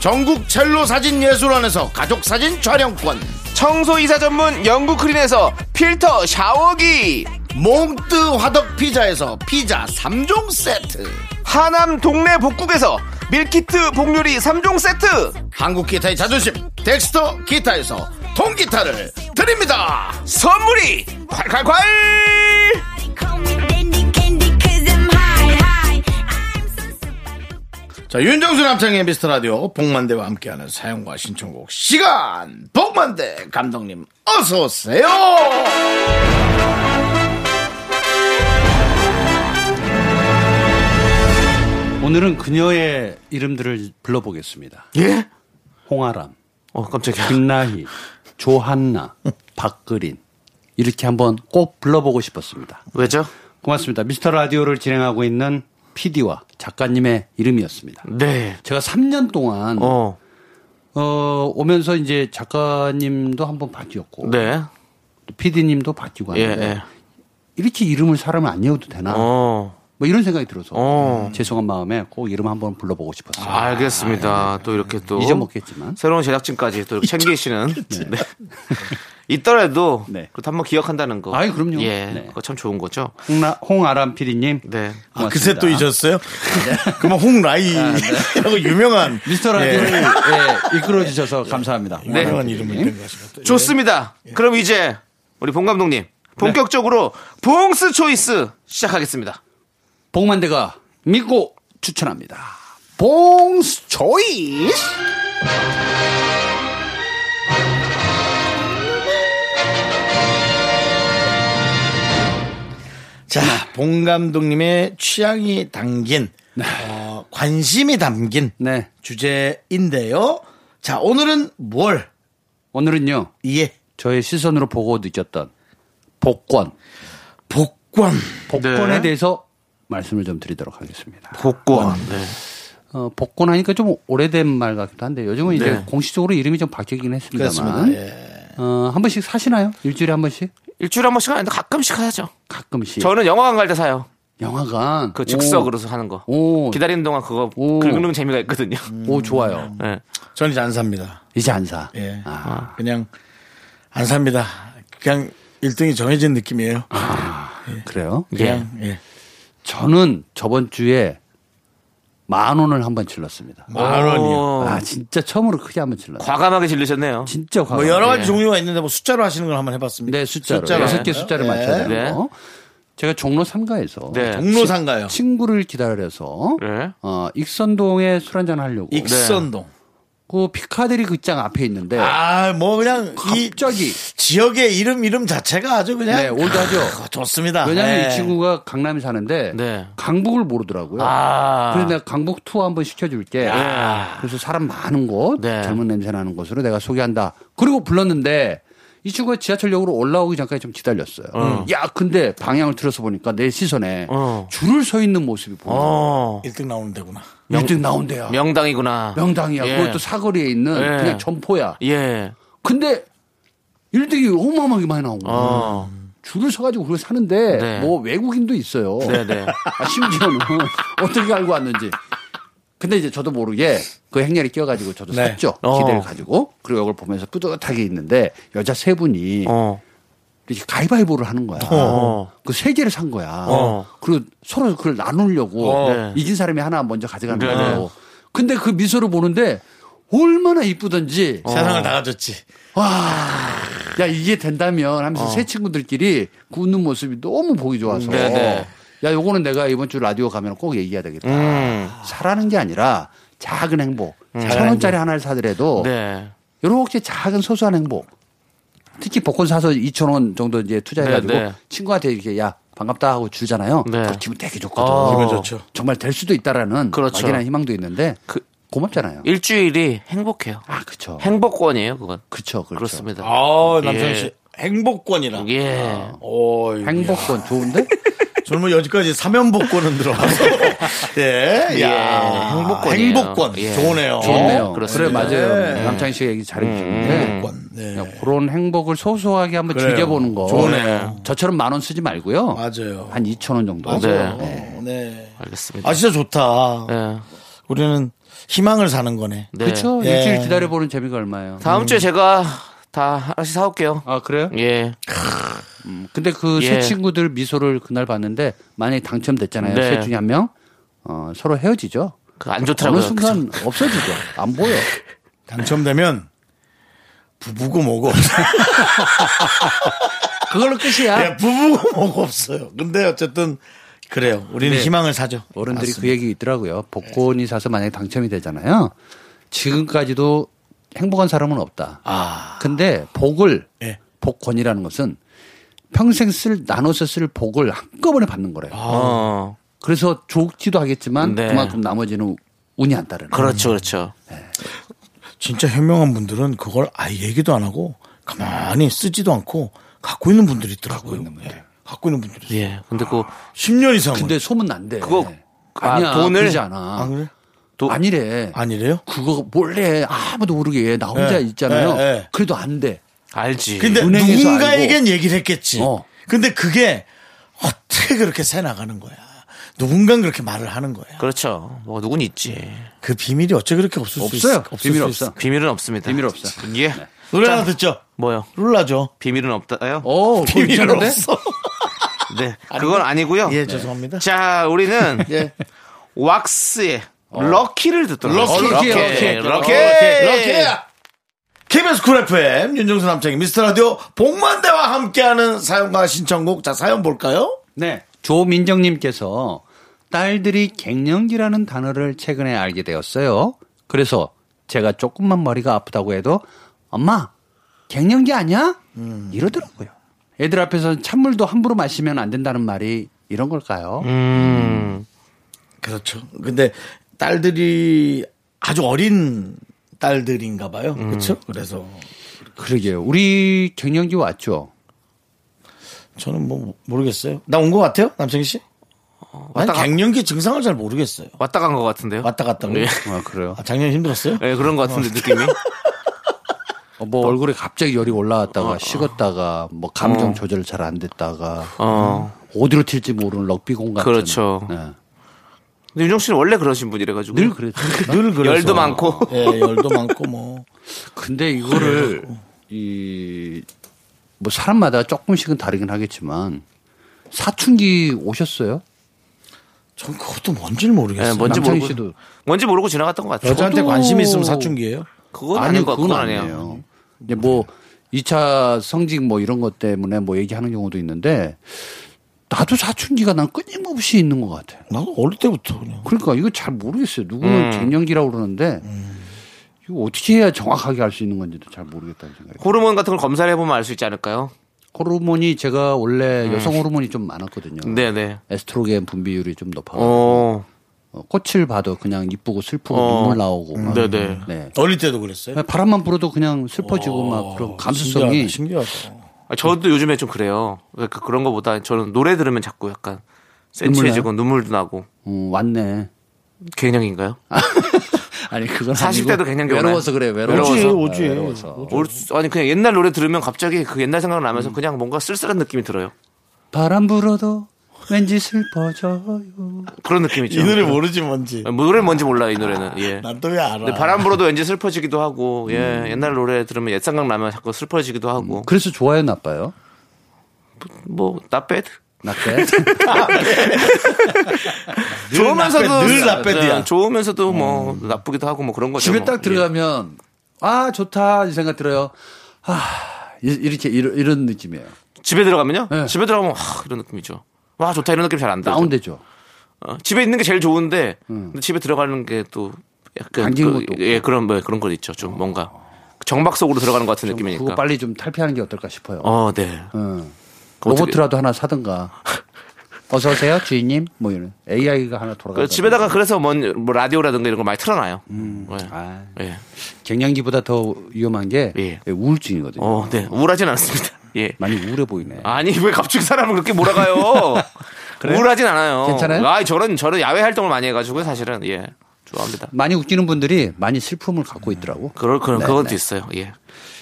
전국 첼로 사진 예술원에서 가족 사진 촬영권 청소이사 전문 영국크린에서 필터 샤워기 몽뜨 화덕 피자에서 피자 3종 세트 하남 동네 복국에서 밀키트 복요리 3종 세트 한국 기타의 자존심 덱스터 기타에서 통기타를 드립니다 선물이 콸콸콸 Call me dandy candy 'cause I'm high, high. I'm so super. 자 윤정수 남창의 미스터 라디오 복만대와 함께하는 사연과 신청곡 시간 복만대 감독님 어서 오세요 오늘은 그녀의 이름들을 불러보겠습니다. 예? 홍아람, 어 깜짝이야 김나희, 조한나, 박그린. 이렇게 한번 꼭 불러보고 싶었습니다. 왜죠? 고맙습니다. 미스터 라디오를 진행하고 있는 PD와 작가님의 이름이었습니다. 네 제가 3년 동안 어. 어, 오면서 이제 작가님도 한번 바뀌었고 네, 또 PD님도 바뀌고 예, 하는데 예, 이렇게 이름을 사람을 안 외워도 되나? 어, 뭐 이런 생각이 들어서 어. 죄송한 마음에 꼭 이름 한번 불러보고 싶었어요. 아. 알겠습니다. 또 이렇게 또 아, 예. 잊어먹겠지만. 새로운 제작진까지 또 이렇게 챙기시는 네. 있더라도 네. 그래도 한번 기억한다는 거. 아이, 그럼요. 예, 네. 그거 참 좋은 거죠. 홍라, 홍아람 PD님. 네, 아, 그새 또 잊었어요? 네. 아, 그만 홍라이라고 유명한 미스터 라디오를 예, 이끌어 주셔서 감사합니다. 유명한 이름을 뺀 것입니다. 예. 좋습니다. 그럼 이제 우리 봉 감독님 본격적으로 봉스 초이스 시작하겠습니다. 복만대가 믿고 추천합니다. 봉스 초이스. 자, 봉 감독님의 취향이 담긴 어, 관심이 담긴 네. 주제인데요. 자, 오늘은 뭘? 오늘은요. 예, 저의 시선으로 보고 느꼈던 복권. 복권. 복권에 네. 대해서 말씀을 좀 드리도록 하겠습니다. 복권. 네. 어, 복권 하니까 좀 오래된 말 같기도 한데 요즘은 이제 네. 공식적으로 이름이 좀 바뀌긴 했습니다만. 그렇습니다. 예. 어, 한 번씩 사시나요? 일주일에 한 번씩? 일주일에 한 번씩 하는데 가끔씩 하죠. 가끔씩. 저는 영화관 갈 때 사요. 영화관. 그 오, 즉석으로서 하는 거. 오. 기다리는 동안 그거 오. 긁는 재미가 있거든요. 오, 좋아요. 네. 전 이제 안 삽니다. 이제 안 사. 예. 아. 그냥 안 삽니다. 그냥 1등이 정해진 느낌이에요. 그래요? 예. 그냥, 예. 저는 저번 주에 만 원을 한 번 질렀습니다. 만 원이요. 어, 아, 진짜 처음으로 크게 한 번 질렀어요. 과감하게 질르셨네요. 진짜 과감. 뭐 여러 가지 예. 종류가 있는데 뭐 숫자로 하시는 걸 한번 해봤습니다. 아, 네, 숫자로. 숫자로. 여섯 개 숫자를 예. 맞춰야 되는 네. 거. 제가 종로 삼가에서 네. 동로 상가요. 친구를 기다려서 네. 어, 익선동에 술 한잔 하려고 익선동. 그 피카데리 극장 앞에 있는데 아, 뭐 그냥 이 갑자기 지역의 이름 이름 자체가 아주 그냥 네, 올드하죠. 아, 좋습니다. 왜냐하면 예. 이 친구가 강남에 사는데 네. 강북을 모르더라고요. 아. 그래서 내가 강북 투어 한번 시켜줄게. 그래서 사람 많은 곳, 네. 젊은 냄새 나는 곳으로 내가 소개한다. 그리고 불렀는데 이 친구가 지하철역으로 올라오기 전까지 좀 기다렸어요. 야, 근데 방향을 틀어서 보니까 내 시선에 어. 줄을 서 있는 모습이 보여. 어. 1등 나오는 데구나. 명, 1등 나온대요. 명당이구나. 당이야 예. 그것도 사거리에 있는 예. 그냥 점포야. 예. 근데 1등이 어마어마하게 많이 나온 거야. 어. 줄을 서가지고 그걸 사는데 네. 뭐 외국인도 있어요. 네네. 아, 심지어는 어떻게 알고 왔는지. 근데 이제 저도 모르게 그 행렬이 끼어가지고 저도 네. 샀죠. 어. 기대를 가지고. 그리고 이걸 보면서 뿌듯하게 있는데 여자 세 분이 어. 이렇게 가위바위보를 하는 거야. 어. 그 세 개를 산 거야. 어. 그리고 서로 그걸 나누려고 어. 네. 이긴 사람이 하나 먼저 가져가는 네, 거예요. 근데 그 미소를 보는데 얼마나 어. 이쁘던지 세상을 다 가졌지. 와, 야 이게 된다면 하면서 새 친구들끼리 그 웃는 모습이 너무 보기 좋아서. 어. 네, 네. 야 요거는 내가 이번 주 라디오 가면 꼭 얘기해야 되겠다. 음. 사라는 게 아니라 작은 행복. 천 원짜리 하나를 사더라도 네. 요렇게 작은 소소한 행복. 특히 복권 사서 2천 원 정도 이제 투자해가지고 네, 네. 친구한테 이렇게 야 반갑다 하고 주잖아요. 네. 그 기분 되게 좋거든. 어. 기분 좋죠. 정말 될 수도 있다라는 그렇죠. 막연한 희망도 있는데 그- 고맙잖아요. 일주일이 행복해요. 아 그쵸. 행복권이에요, 그건. 그쵸. 그렇죠. 그렇습니다 아, 남성 씨. 예. 행복권이라. 아, 예. 오, 이거. 행복권 좋은데? 저는 뭐 여기까지 사면복권은 들어가서. 예. 야. 행복권이에요. 행복권. 예. 좋네요. 좋네요. 어? 그렇습니다. 음. 그래 맞아요. 네. 남창희 씨가 얘기 잘해주셨는데 행복권. 네. 그냥 그런 행복을 소소하게 한번 그래요. 즐겨보는 거. 좋네요. 저처럼 만 원 쓰지 말고요. 맞아요. 한 2천 원 정도. 맞아요. 어, 네. 알겠습니다. 아, 진짜 좋다. 네. 예. 우리는 희망을 사는 거네. 네. 그렇죠. 예. 일주일 기다려보는 재미가 얼마예요. 다음 주에 제가 다 하나씩 사올게요. 아 그래요? 예. 근데 그 세 예. 친구들 미소를 그날 봤는데 만약에 당첨됐잖아요. 네. 세 중에 한 명. 어, 서로 헤어지죠. 그 안 어느 좋더라고요. 순간 없어지죠. 안 보여. 당첨되면 부부고 뭐고. 그걸로 끝이야. 예, 부부고 뭐고 없어요. 근데 어쨌든 그래요. 우리는 네. 희망을 사죠. 어른들이 맞습니다. 그 얘기 있더라고요. 복권이 사서 만약에 당첨이 되잖아요. 지금까지도 행복한 사람은 없다. 아. 근데 복을 예. 복권이라는 것은 평생 쓸 나눠서 쓸 복을 한꺼번에 받는 거래요. 어. 그래서 좋기도 하겠지만 네. 그만큼 나머지는 운이 안 따르는. 그렇죠, 그렇죠. 진짜 현명한 분들은 그걸 아예 얘기도 안 하고 가만히 쓰지도 않고 갖고 있는 분들이 있더라고요. 예, 갖고 있는, 분들이 있어요. 예. 근데 그 10년 이상. 근데 소문 난대. 그거- 아, 아니야 돈을- 그러지 않아. 아, 그래? 도- 아니래. 아니래요? 그거 몰래 아무도 모르게 나 혼자 예. 있잖아요. 예, 예. 그래도 안 돼. 알지. 근데 예, 은행에서 누군가에겐 얘기를 했겠지. 어. 근데 그게 어떻게 그렇게 새 나가는 거야. 누군가 그렇게 말을 하는 거야. 그렇죠. 뭐 누군 있지. 그 비밀이 어째 그렇게 없을 수 없어요. 있어? 비밀 없어. 비밀은 없습니다. 비밀 없어. 예. 노래 하나 듣죠. 뭐요? 룰라죠. 비밀은 없다요? 어, 그거 비밀 괜찮은데? 없어. 네. 그건 아니고요. 예, 죄송합니다. 자, 우리는 예. 왁스의 럭키를 듣도록 하겠습니다. 럭키, 럭키, 예. 럭키. 럭키. 럭키야. KBS 쿨 FM 윤정수 남창희 미스터 라디오 복만대와 함께하는 사연과 신청곡 자 사연 볼까요? 네. 조민정님께서 딸들이 갱년기라는 단어를 최근에 알게 되었어요. 그래서 제가 조금만 머리가 아프다고 해도 엄마 갱년기 아니야? 음. 이러더라고요. 애들 앞에서는 찬물도 함부로 마시면 안 된다는 말이 이런 걸까요? 그렇죠. 근데 딸들이 아주 어린 딸들인가 봐요. 그렇죠? 그래서 그러게요. 우리 갱년기 왔죠. 저는 뭐 모르겠어요. 나 온 것 같아요, 남창희 씨? 아니, 왔다 가- 갱년기 증상을 잘 모르겠어요. 왔다 간 것 같은데요? 왔다 갔다. 예. 예. 아 그래요. 아, 작년 힘들었어요? 예, 그런 것 같은데 느낌이. 어, 뭐 얼굴에 갑자기 열이 올라왔다가 식었다가 뭐 감정 조절 잘 안 됐다가 어. 어디로 튈지 모르는 럭비공 같은. 그렇죠. 네. 근데 윤정 씨는 원래 그러신 분이라 가지고 늘 그랬죠. 늘 그래서. 열도 많고. 예, 열도 많고 뭐. 근데 이거를 이 뭐 사람마다 조금씩은 다르긴 하겠지만 사춘기 오셨어요? 전 그것도 뭔지를 모르겠어요. 예, 뭔지 남창희 모르고 씨도. 뭔지 모르고 지나갔던 것 같아요. 여자한테 저도- 관심이 있으면 사춘기예요. 그건 아닌 것 같고 그건 그건 아니에요. 아니에요. 이제 뭐 2차 성직 뭐 이런 것 때문에 뭐 얘기하는 경우도 있는데 나도 사춘기가 난 끊임없이 있는 것 같아. 요 나도 어릴 때부터 그냥. 그러니까 이거 잘 모르겠어요. 누구는 갱년기라고 그러는데 이거 어떻게 해야 정확하게 알 수 있는 건지도 잘 모르겠다는 생각이. 들어요. 호르몬 같은 걸 검사를 해보면 알 수 있지 않을까요? 호르몬이 제가 원래 여성 호르몬이 좀 많았거든요. 네네. 에스트로겐 분비율이 좀 높아. 어. 어, 꽃을 봐도 그냥 이쁘고 슬프고 어. 눈물 나오고. 막. 네네. 네. 어릴 때도 그랬어요. 바람만 불어도 그냥 슬퍼지고 막 그런 감수성이 신기하다, 신기하다. 아, 저도 요즘에 좀 그래요. 그러니까 그런 것보다 저는 노래 들으면 자꾸 약간 센치해지고 눈물 도 나고 음, 왔네. 갱년인가요? 아, 아니 그건 40 대도 아니고 갱년기 외로워서 그래 외로워서 오지, 오지. 아, 외로워서. 올 수- 아니 그냥 옛날 노래 들으면 갑자기 그 옛날 생각 나면서 음. 그냥 뭔가 쓸쓸한 느낌이 들어요. 바람 불어도 왠지 슬퍼져요 그런 느낌이죠. 이 뭐- 노래 모르지 뭔지. 아, 노래 뭔지 몰라요 이 노래는. 예. 난 또 왜 알아. 근데 바람 불어도 왠지 슬퍼지기도 하고 예 음. 옛날 노래 들으면 옛 생각 나면 자꾸 슬퍼지기도 하고 그래서 좋아요 나빠요 뭐 나빼드 나때 좋으면서도 나빼- 늘 나빼드야. 예, 좋으면서도 뭐 나쁘기도 하고 뭐 그런 거죠. 음. 집에 뭐. 딱 들어가면 아 좋다 이 생각 들어요 아 이- 이렇게 이런, 이런 느낌이에요 예. 집에 들어가면요. 네. 집에 들어가면 하, 이런 느낌이죠. 와 좋다 이런 느낌 잘 안 들어요. 다운되죠 어, 집에 있는 게 제일 좋은데 근데 집에 들어가는 게 또 약간 음. 당긴 그, 것도 없고. 예 그런 뭐 그런 거 있죠. 좀 뭔가 정박 속으로 들어가는 것 같은 그거 느낌이니까. 빨리 음. 좀 탈피하는 게 어떨까 싶어요 그러니까. 어, 네. 응. 어떻게- 로봇이라도 하나 사든가 어서 오세요 주인님 뭐 이런 AI가 하나 돌아가 그 집에다가 그래서 뭔, 뭐 라디오라든가 이런 걸 많이 틀어놔요. 예. 아. 예. 갱년기보다 더 위험한 게 예. 우울증이거든요 어, 네. 우울하진 않습니다. 예. 많이 우울해 보이네 아니 왜 갑자기 사람을 그렇게 몰아가요? 우울하진 않아요. 괜찮아요? 아, 저는 저는 야외 활동을 많이 해가지고 사실은 예 좋아합니다. 많이 웃기는 분들이 많이 슬픔을 갖고 있더라고. 그럴 그런 네, 그것도 네. 있어요. 예.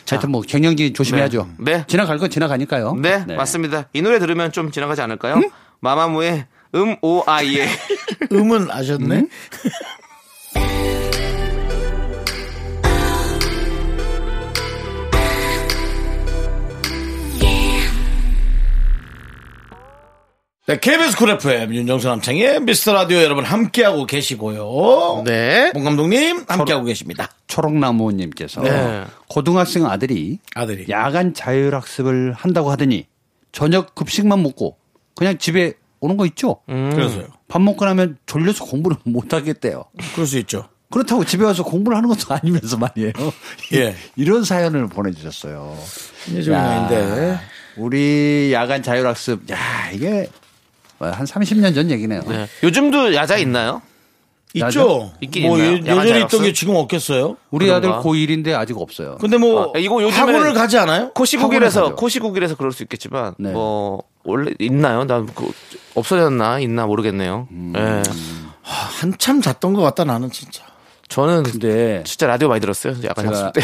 자, 하여튼 뭐 갱년기 조심해야죠. 네. 네. 지나갈 건 지나가니까요. 네, 맞습니다. 이 노래 들으면 좀 지나가지 않을까요? 마마무의 음 오 아이에 음은 아셨네. 네, KBS 쿨 FM 윤정수 남창의 미스터 라디오 여러분 함께하고 계시고요. 네. 봉 감독님 함께하고 계십니다. 초록나무님께서 네. 고등학생 아들이 아들이. 야간 자율학습을 한다고 하더니 저녁 급식만 먹고 그냥 집에 오는 거 있죠. 음. 그래서요. 밥 먹고 나면 졸려서 공부를 못 하겠대요. 그럴 수 있죠. 그렇다고 집에 와서 공부를 하는 것도 아니면서 말이에요. 예. 이런 사연을 보내주셨어요. 인데 우리 야간 자율학습, 야 이게 한 30년 전 얘기네요. 네. 요즘도 야자 있나요? 있죠. 있긴 뭐 있나요? 예- 야간 예전에 있던 자율학습? 게 지금 없겠어요. 우리 그런가? 아들 고1인데 아직 없어요. 근데 뭐 아, 이거 요즘에- 학원을 가지 않아요? 코시국이라서 학원에서죠. 코시국이라서 그럴 수 있겠지만 네. 뭐 원래 있나요? 난그 없어졌나 있나 모르겠네요. 예. 한참 잤던 것 같다 나는 진짜. 저는 근데 진짜 라디오 많이 들었어요. 약간 제가- 학습 때.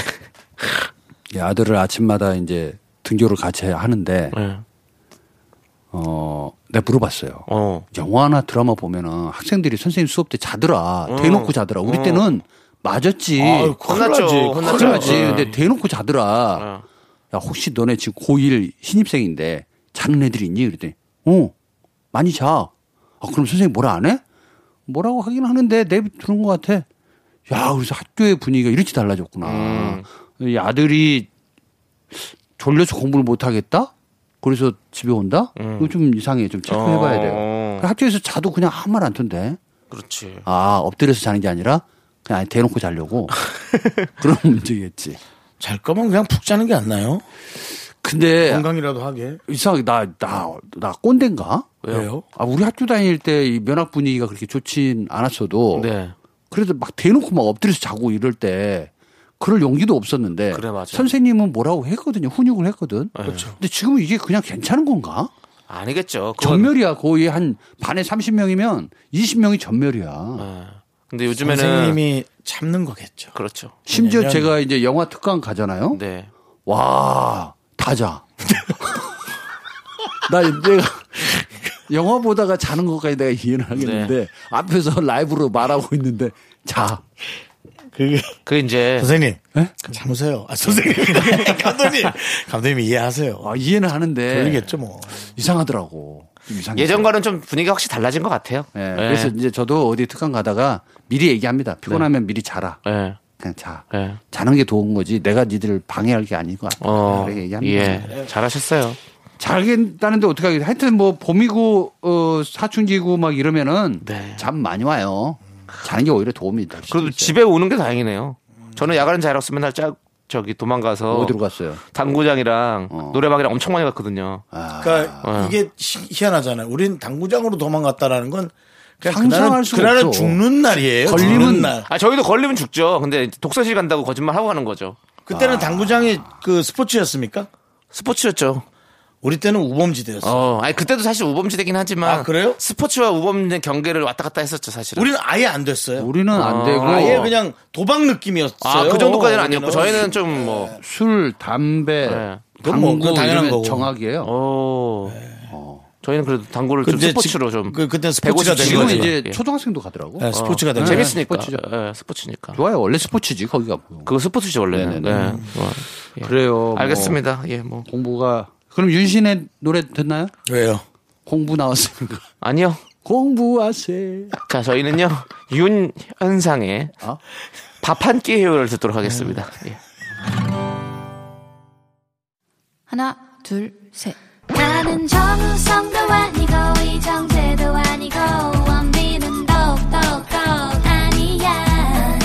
이 아들을 아침마다 이제 등교를 같이 하는데 예. 어 내가 물어봤어요. 어. 영화나 드라마 보면은 학생들이 선생님 수업 때 자더라. 대놓고 자더라. 우리 때는 맞았지. 음. 아유, 큰일 혼났죠. 나지. 혼났죠. 큰일 그렇지. 나지. 예. 근데 대놓고 어. 자더라. 야, 혹시 너네 지금 고1 신입생인데 자는 애들이 있니? 그랬더니, 어, 많이 자. 아, 그럼 선생님 뭐라 안 해? 뭐라고 하긴 하는데 내비 두는 것 같아. 야, 그래서 학교의 분위기가 이렇게 음. 달라졌구나. 이 아들이 졸려서 공부를 못 하겠다? 그래서 집에 온다? 이거 좀 이상해. 좀 음. 체크해봐야 어. 돼요. 학교에서 자도 그냥 아무 말 안 던데. 그렇지. 아, 엎드려서 자는 게 아니라 그냥 아예 대놓고 자려고. 그런 문제겠지. 잘 거면 그냥 푹 자는 게 안 나요? 근데 건강이라도 하게. 이상하게 나, 나, 나 꼰대인가? 왜요? 아, 우리 학교 다닐 때 이 면학 분위기가 그렇게 좋진 않았어도 네. 그래도 막 대놓고 막 엎드려서 자고 이럴 때 그럴 용기도 없었는데 그래, 맞아요. 선생님은 뭐라고 했거든요. 훈육을 했거든. 그렇죠. 근데 지금은 이게 그냥 괜찮은 건가? 아니겠죠. 그건- 전멸이야. 거의 한 반에 30명이면 20명이 전멸이야. 예. 근데 요즘에는 선생님이 참는 거겠죠. 그렇죠. 심지어 왜냐면- 제가 이제 영화 특강 가잖아요. 네. 와, 다 자. 나 내가 영화 보다가 자는 것까지 내가 이해는 하겠는데 네. 앞에서 라이브로 말하고 있는데 자. 그게 그 이제 선생님. 참으세요. 아, 선생님. 감독님. 감독님 이해하세요. 아, 이해는 하는데 들리겠죠 뭐. 이상하더라고. 좀 이상했어요. 예전과는 좀 분위기가 확실히 달라진 것 같아요. 예, 예. 그래서 이제 저도 어디 특강 가다가 미리 얘기합니다. 피곤하면 미리 자라. 예. 그냥 자. 예. 자는 게 도운 거지. 내가 니들 방해할 게 아닌 것 같다. 어, 그렇게 얘기합니다. 예. 잘하셨어요. 잘겠다는데 어떻게 하겠어. 하여튼 뭐 봄이고 어, 사춘기고 막 이러면은 네. 잠 많이 와요. 자는 게 오히려 도움이 될 수도 그래도 있어요. 집에 오는 게 다행이네요. 저는 야간 자율학습 맨날 짜 저기 도망가서 뭐 어디로 갔어요? 당구장이랑 어. 노래방이랑 엄청 많이 갔거든요. 아, 그러니까 어. 이게 시- 희한하잖아요. 우린 당구장으로 도망갔다라는 건 그냥 그날은, 상상할 수가 그날은 없죠. 죽는 날이에요. 걸리면- 죽는 날. 아 저희도 걸리면 죽죠. 근데 이제 독서실 간다고 거짓말 하고 가는 거죠. 그때는 당구장이 그 스포츠였습니까? 스포츠였죠. 우리 때는 우범지대였어. 요 어, 아니 그때도 사실 우범지대긴 하지만 아, 그래요? 스포츠와 우범의 경계를 왔다 갔다 했었죠 사실은. 우리는 아예 안 됐어요. 우리는 어. 안 되고 아예 그냥 도박 느낌이었어요. 그렇죠. 아 그 정도까지는 아니었고 우리는. 저희는 네. 좀뭐 술, 담배, 네. 그건 뭐, 당구 그건 당연한 이러면 거고. 정학이에요. 어. 저희는 그래도 당구를 좀 근데 스포츠로 지- 좀 그, 그때 스포츠가 된 지금 거죠. 거지. 이제 예. 초등학생도 가더라고. 네, 스포츠가 된 어, 거죠. 재밌으니까 스포츠죠. 예, 스포츠니까. 좋아요. 원래 스포츠지 거기가. 뭐. 그거 스포츠죠 원래는. 네네네. 음. 네. 어, 예. 그래요. 뭐 알겠습니다. 예, 뭐 공부가 그럼 윤신의 노래 듣나요? 왜요? 공부 나왔으니까. 아니요. 공부하세. 자, 저희는요 윤현상의 어? 밥 한 끼 해요를 듣도록 하겠습니다. 예. 하나, 둘, 셋. 나는 정우성도 아니고 이정재도 아니고 원빈은 더욱더 아니야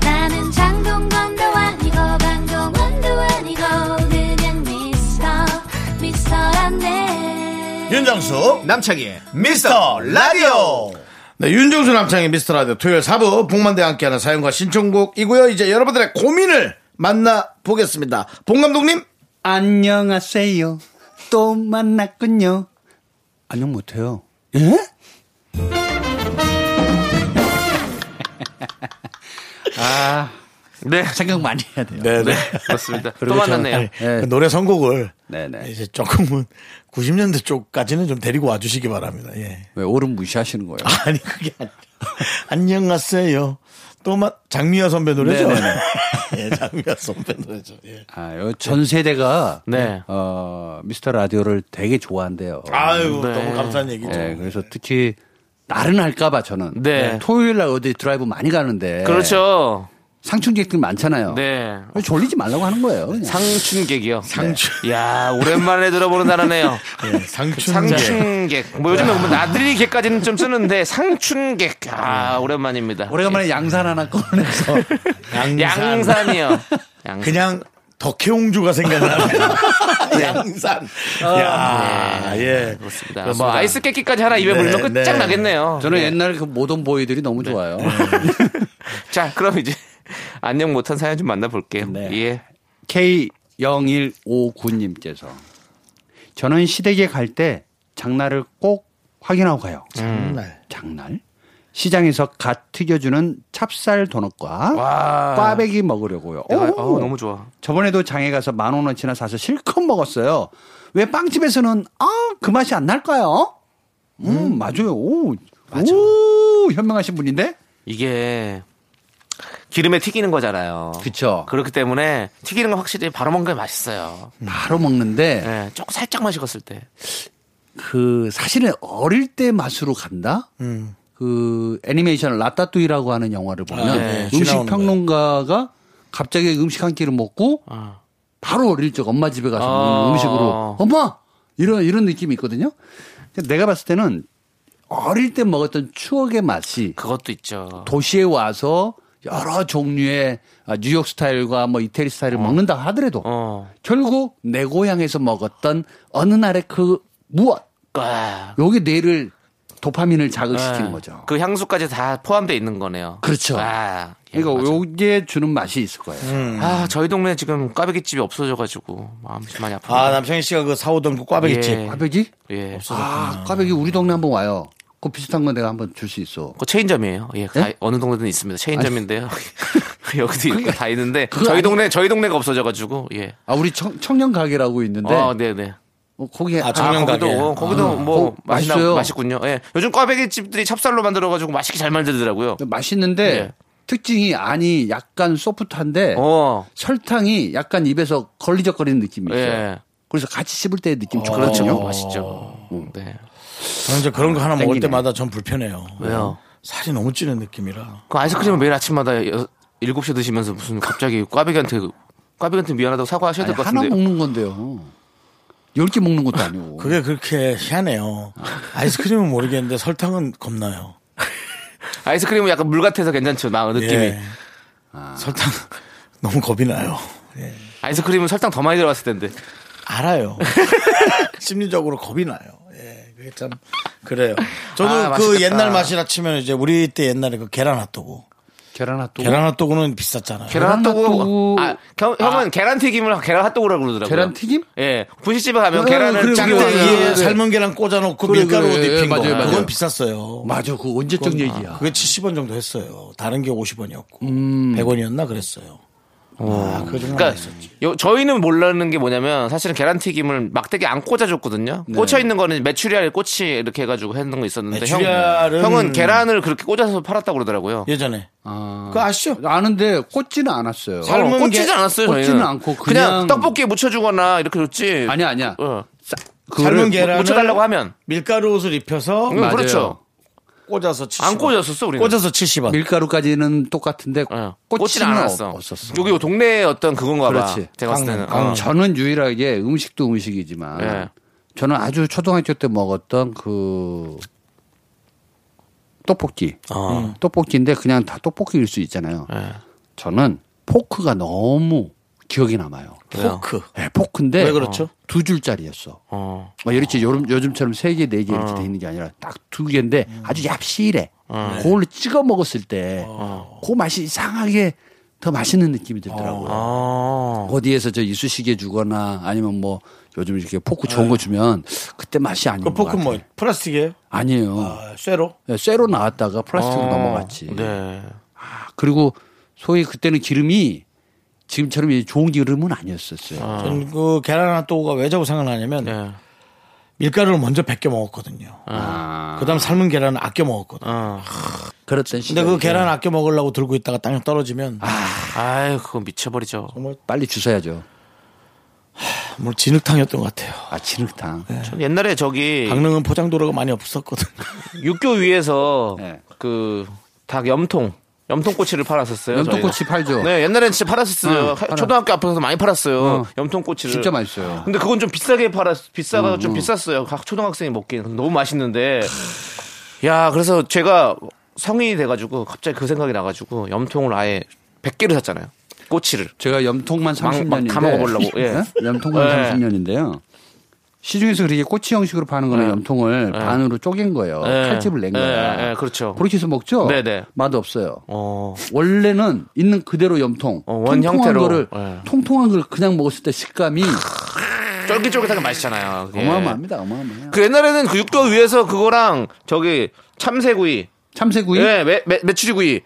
나는 장동건도 아니고 방종원도 아니고 그냥 미스터 미스터란데 윤정수 남창희의 미스터 라디오 네, 윤정수 남창희 미스터 라디오 토요일 4부 복만대 함께하는 사연과 신청곡이고요 이제 여러분들의 고민을 만나보겠습니다 봉 감독님 안녕하세요. 또 만났군요. 안녕 못해요. 예? 아 네. 생각 많이 해야 돼요. 네네 그렇습니다. 또 만났네요. 네. 그 노래 선곡을 네네. 이제 조금은 90년대 쪽까지는 좀 데리고 와주시기 바랍니다 예. 왜 오름 무시하시는 거예요? 아니 그게 아니라 안녕하세요 또마 장미화 선배 노래죠 네네네. 예, 장미화 선배 노래죠 예. 아, 요전 세대가 네. 어, 미스터 라디오를 되게 좋아한대요. 아유 네. 너무 감사한 얘기죠 네, 그래서 특히 날은 할까봐 저는 예, 네. 토요일 날 어디 드라이브 많이 가는데 그렇죠. 상충객들 많잖아요. 네. 졸리지 말라고 하는 거예요. 그냥. 상춘객이요. 네. 상춘 야 오랜만에 들어보는 단어네요. 예, 상춘 상춘객. 뭐 요즘에 보면 나들이객까지는 좀 쓰는데 상춘객. 아 오랜만입니다. 예. 오래간만에 양산 하나 꺼내서 양산. 양산이요. 양산. 그냥 덕혜옹주가 생각나네요. 양산. 야, 예. 예. 어. 네, 그렇습니다. 뭐 아이스 깨끼까지 하나 입에 네, 물면 끝장 네. 나겠네요. 저는 옛날 그 모던 보이들이 너무 좋아요. 자 그럼 이제 안녕 못한 사연 좀 만나볼게요. 예. 네. K0159님께서 저는 시댁에 갈 때 장날을 꼭 확인하고 가요. 음. 정말. 장날? 시장에서 갓 튀겨주는 찹쌀 도넛과 와. 꽈배기 먹으려고요. 내가, 아, 오! 어, 너무 좋아. 저번에도 장에 가서 만 원어치나 사서 실컷 먹었어요. 왜 빵집에서는 아 그 맛이 안 날까요? 음, 맞아요. 오, 오 현명하신 분인데. 이게 기름에 튀기는 거잖아요. 그쵸. 그렇기 때문에 튀기는 건 확실히 바로 먹는 게 맛있어요. 바로 먹는데 예, 조금 살짝만 식었을 때. 그 사실은 어릴 때 맛으로 간다. 그 애니메이션 라따뚜이라고 하는 영화를 보면 아, 네. 음식 지나오는 평론가가 갑자기 음식 한 끼를 먹고 아. 바로 어릴 적 엄마 집에 가서 아. 먹는 음식으로 엄마 이런 이런 느낌이 있거든요. 근데 내가 봤을 때는 어릴 때 먹었던 추억의 맛이 그것도 있죠. 도시에 와서 여러 종류의 아, 뉴욕 스타일과 뭐 이태리 스타일을 먹는다 하더라도 어. 결국 내 고향에서 먹었던 어느 날의 그 무엇 아, 요게 뇌를 도파민을 자극시키는 예. 거죠. 그 향수까지 다 포함되어 있는 거네요. 그렇죠. 아, 예, 그러니까 맞아요. 요게 주는 맛이 있을 거예요. 아, 저희 동네 지금 꽈배기 집이 없어져가지고 마음이 좀 많이 아프네요. 아, 남창희 씨가 그 사오던 그 꽈배기집. 예. 꽈배기? 예. 아, 꽈배기 우리 동네 한번 와요. 그 비슷한 건 내가 한번 줄 수 있어. 그 체인점이에요. 예, 다 예? 어느 동네든 있습니다. 체인점인데요. 여기도 있고 다 있는데 그거 저희 아니- 동네 저희 동네가 없어져가지고 예. 아, 우리 청, 청년 가게라고 있는데 어, 네, 네. 어, 거기에 아, 아, 청년 거기도 가게. 어, 거기도 뭐 거- 맛있나 맛있어요. 맛있군요. 예. 요즘 꽈배기 집들이 찹쌀로 만들어 가지고 맛있게 잘 만들더라고요. 맛있는데 예. 특징이 안이 약간 소프트한데 어. 설탕이 약간 입에서 걸리적거리는 느낌이 있어요. 예. 그래서 같이 씹을 때 느낌 그렇죠. 좋거든요. 어. 맛있죠. 네. 저는 이제 그런 거 하나 먹을 땡기네. 때마다 전 불편해요. 왜요? 살이 너무 찌는 느낌이라. 그 아이스크림을 매일 아침마다 여, 7시에 드시면서 무슨 갑자기 꽈배기한테 꽈배기한테 미안하다고 사과하셔야 될 아니, 것 하나 같은데. 먹는 건데요. 열 개 먹는 것도 아니고. 그게 그렇게 희한해요. 아이스크림은 모르겠는데 설탕은 겁나요. 아이스크림은 약간 물 같아서 괜찮죠. 막 느낌이. 아. 예. 설탕 너무 겁이 나요. 예. 아이스크림은 설탕 더 많이 들어갔을 텐데. 알아요. 심리적으로 겁이 나요. 예. 그게 참 그래요. 저는 아, 그 맛있겠다. 옛날 맛이라 치면 이제 우리 때 옛날에 그 계란 핫도그. 계란 핫도그. 계란 핫도그는 비쌌잖아요. 계란 핫도그. 핫도그. 아, 형, 은 계란 튀김을 계란 핫도그라고 그러더라고요. 계란 튀김? 어, 예. 분식집에 가면 그래, 계란을 그래, 예. 짱 그래, 떼서 그래. 짝대기에 삶은 계란 꽂아놓고 그래, 밀가루 그래. 예, 옷 입힌 맞아요, 거. 맞아요. 그건 비쌌어요. 맞아, 그 언제적 얘기야. 그게 70원 정도 했어요. 다른 게 50원이었고 음. 100원이었나 그랬어요. 아, 그거 정말 그러니까 맛있었지. 요, 저희는 몰랐는 게 뭐냐면 사실은 계란튀김을 막대기 안 꽂아줬거든요. 꽂혀 있는 거는 메추리알 꼬치 이렇게 해가지고 했는 거 있었는데 메추리알은- 형, 은 계란을 그렇게 꽂아서 팔았다고 그러더라고요. 예전에 아. 그거 아시죠? 아는데 꽂지는 않았어요. 살- 삶은 꽂히지 게- 않았어요. 꽂지는 저희는. 않고 그냥, 그냥 떡볶이에 묻혀주거나 이렇게 줬지. 아니야, 아니야. 어. 삶은 묻- 계란을 묻혀달라고 하면. 밀가루 옷을 입혀서 응, 그렇죠. 꽂아서 70원. 안 꽂았었어 우리는. 꽂아서 70원. 밀가루까지는 똑같은데 어. 꽂지는 꽂지는 않았어. 않았어. 없었어. 여기 요 동네에 어떤 그건가 봐. 그렇지. 제가 봤을 때는. 강릉, 어. 아, 저는 유일하게 음식도 음식이지만 예. 저는 아주 초등학교 때 먹었던 그 떡볶이. 음, 떡볶이인데 그냥 다 떡볶이일 수 있잖아요. 저는 포크가 너무 기억이 남아요. 포크. 예, 포크인데 왜 그렇죠? 두 줄짜리였어. 어. 막 이렇게 요즘, 요즘처럼 세 개, 네 개 어. 이렇게 돼 있는 게 아니라 딱 두 개인데 음. 아주 얍실해. 네. 그걸로 찍어 먹었을 때, 어. 그 맛이 이상하게 더 맛있는 느낌이 들더라고요. 어. 디에서저 이쑤시개 주거나 아니면 뭐 요즘 이렇게 포크 좋은 거 주면 그때 맛이 아닌 네. 그 것 포크 같아요. 뭐 플라스틱이에요? 아니에요. 아, 쇠로? 예, 쇠로 나왔다가 플라스틱으로 넘어갔지. 네. 아, 그리고 소위 그때는 기름이 지금처럼 이 좋은 기름은 아니었었어요. 저는 그 계란 핫도그가 왜 자꾸 생각나냐면 네. 밀가루를 먼저 벗겨 먹었거든요. 아. 그다음 삶은 계란을 아껴 먹었거든요. 그랬던 시절. 근데 그 계란 아껴 먹으려고 들고 있다가 땅에 떨어지면 네, 아유 그거 미쳐버리죠. 빨리 주워야죠. 뭐 진흙탕이었던 것 같아요. 아, 진흙탕. 전 옛날에 저기 강릉은 포장도로가 많이 없었거든. 육교 위에서 네. 그 닭 염통 염통꼬치를 팔았었어요. 염통꼬치 저희가. 팔죠. 네, 옛날엔 진짜 팔았었어요. 응, 팔아. 초등학교 앞에서 많이 팔았어요. 응. 염통꼬치를. 진짜 맛있어요. 근데 그건 좀 비싸게 팔았 비싸가 좀 비쌌어요. 각 초등학생이 먹기엔 너무 맛있는데. 야, 그래서 제가 성인이 돼 가지고 갑자기 그 생각이 나 가지고 염통을 아예 100개를 샀잖아요. 꼬치를. 제가 염통만 막- 막 30년인데 네? 다 먹어보려고, 예. 염통만 예. 30년인데요. 시중에서 그렇게 꼬치 형식으로 파는 네. 거는 염통을 반으로 쪼갠 거예요. 예. 칼집을 낸 예, 거야. 예, 예, 그렇죠. 그렇게 해서 먹죠. 네네. 맛 없어요. 어. 원래는 있는 그대로 염통. 어, 원 통통한 형태로. 거를 예. 통통한 걸 그냥 먹었을 때 식감이 쫄깃쫄깃하게 맛있잖아요. 그게. 어마어마합니다. 어마어마해요. 예. 그 옛날에는 그 육교 위에서 그거랑 저기 참새구이 참새구이 예, 매, 매, 메추리구이.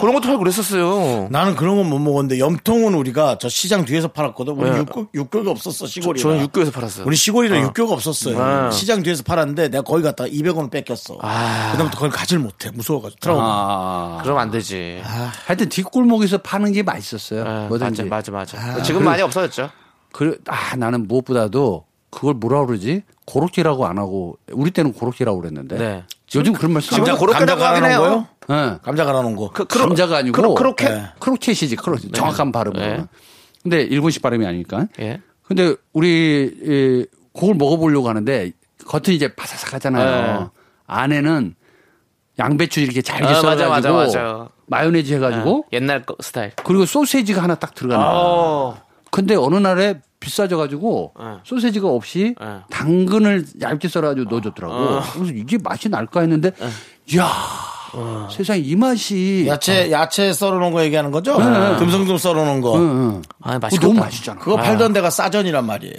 그런 것도 팔고 그랬었어요. 나는 그런 건 못 먹었는데 염통은 우리가 저 시장 뒤에서 팔았거든. 우리 육교, 육교가 없었어 시골이. 네. 저는 육교에서 팔았어요. 네. 우리 시골이라 육교가 없었어요. 아. 시장 뒤에서 팔았는데 내가 거기 갔다가 200원을 뺏겼어. 그다음부터 그걸 가질 못해. 무서워가지고. 트라우마. 아. 그러면 안 되지. 하여튼 뒷골목에서 파는 게 맛있었어요. 예, 맞아, 뭐든지. 맞아, 맞아. 지금 많이 없어졌죠. 그, 아, 나는 무엇보다도 그걸 뭐라 그러지? 고로케라고 안 하고, 우리 때는 고로케라고 그랬는데. 네. 요즘 그런 말 쓰죠. 진짜 감자- 고로케라고 감자 하긴 갈아놓은 해요. 거요? 예. 감자 갈아놓은 거. 그, 크로- 감자가 아니고. 크로, 크로켓? 예. 크로켓이지, 크로켓. 정확한 발음은. 네. 근데 일본식 발음이 아니니까. 예. 근데 우리, 이, 그걸 먹어보려고 하는데, 겉은 이제 바사삭 하잖아요. 네. 안에는 양배추 이렇게 잘게 아, 맞아, 썰어가지고. 맞아, 맞아. 마요네즈 해가지고. 옛날 거 스타일. 그리고 소세지가 하나 딱 들어가는 거야. 아. 어. 근데 어느 날에 비싸져가지고 네. 예. 소세지가 없이 예. 당근을 얇게 썰어가지고 넣어줬더라고. 그래서 이게 맛이 날까 했는데, 이야, 세상에 이 예. 맛이. 네. 어. 야채, 야채 썰어놓은 거 얘기하는 거죠? 네, 듬성듬 썰어놓은 거. 응, 응. 아, 그거 맛있겠다. 너무 맛있잖아. 그거 팔던 데가 싸전이란 말이에요.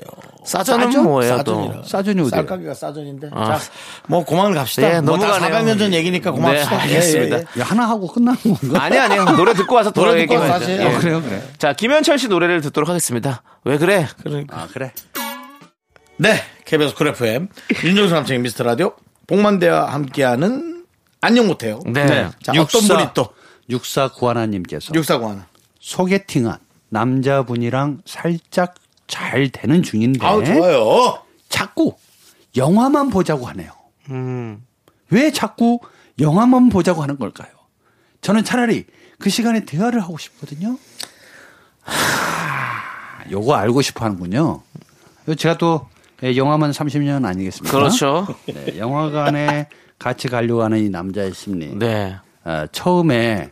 싸전은 싸전? 뭐예요, 또? 싸전이라. 싸전이 어디예요? 쌀가게가 싸전인데. 자, 뭐 고만을 갑시다. 예, 뭐 넘어가네요. 400년 전 얘기니까 예, 고맙습니다. 네, 알겠습니다. 야, 하나 하고 끝나는 건가? 아니, 아니요. 노래 듣고 와서 또 노래 듣고 얘기해보죠. 와서 하세요. 예. 어, 그래요, 그래. 자, 김현철 씨 노래를 듣도록 하겠습니다. 왜 그래? 아, 그래. 네, KBS 쿨 FM 윤정수 남창의 미스터 라디오 복만대와 함께하는 안녕 못해요. 네. 자, 어떤 분이 또 육사 구하나님께서 육사고 하나. 소개팅한 남자분이랑 살짝 잘 되는 네. 중인데 아우 좋아요. 자꾸 영화만 보자고 하네요. 음. 왜 자꾸 영화만 보자고 하는 걸까요? 저는 차라리 그 시간에 대화를 하고 싶거든요. 하, 요거 알고 싶어 하는군요. 요 제가 또 예, 영화만 30년 아니겠습니까? 그렇죠. 네, 영화관에 같이 가려고 하는 이 남자의 심리. 네. 아, 처음에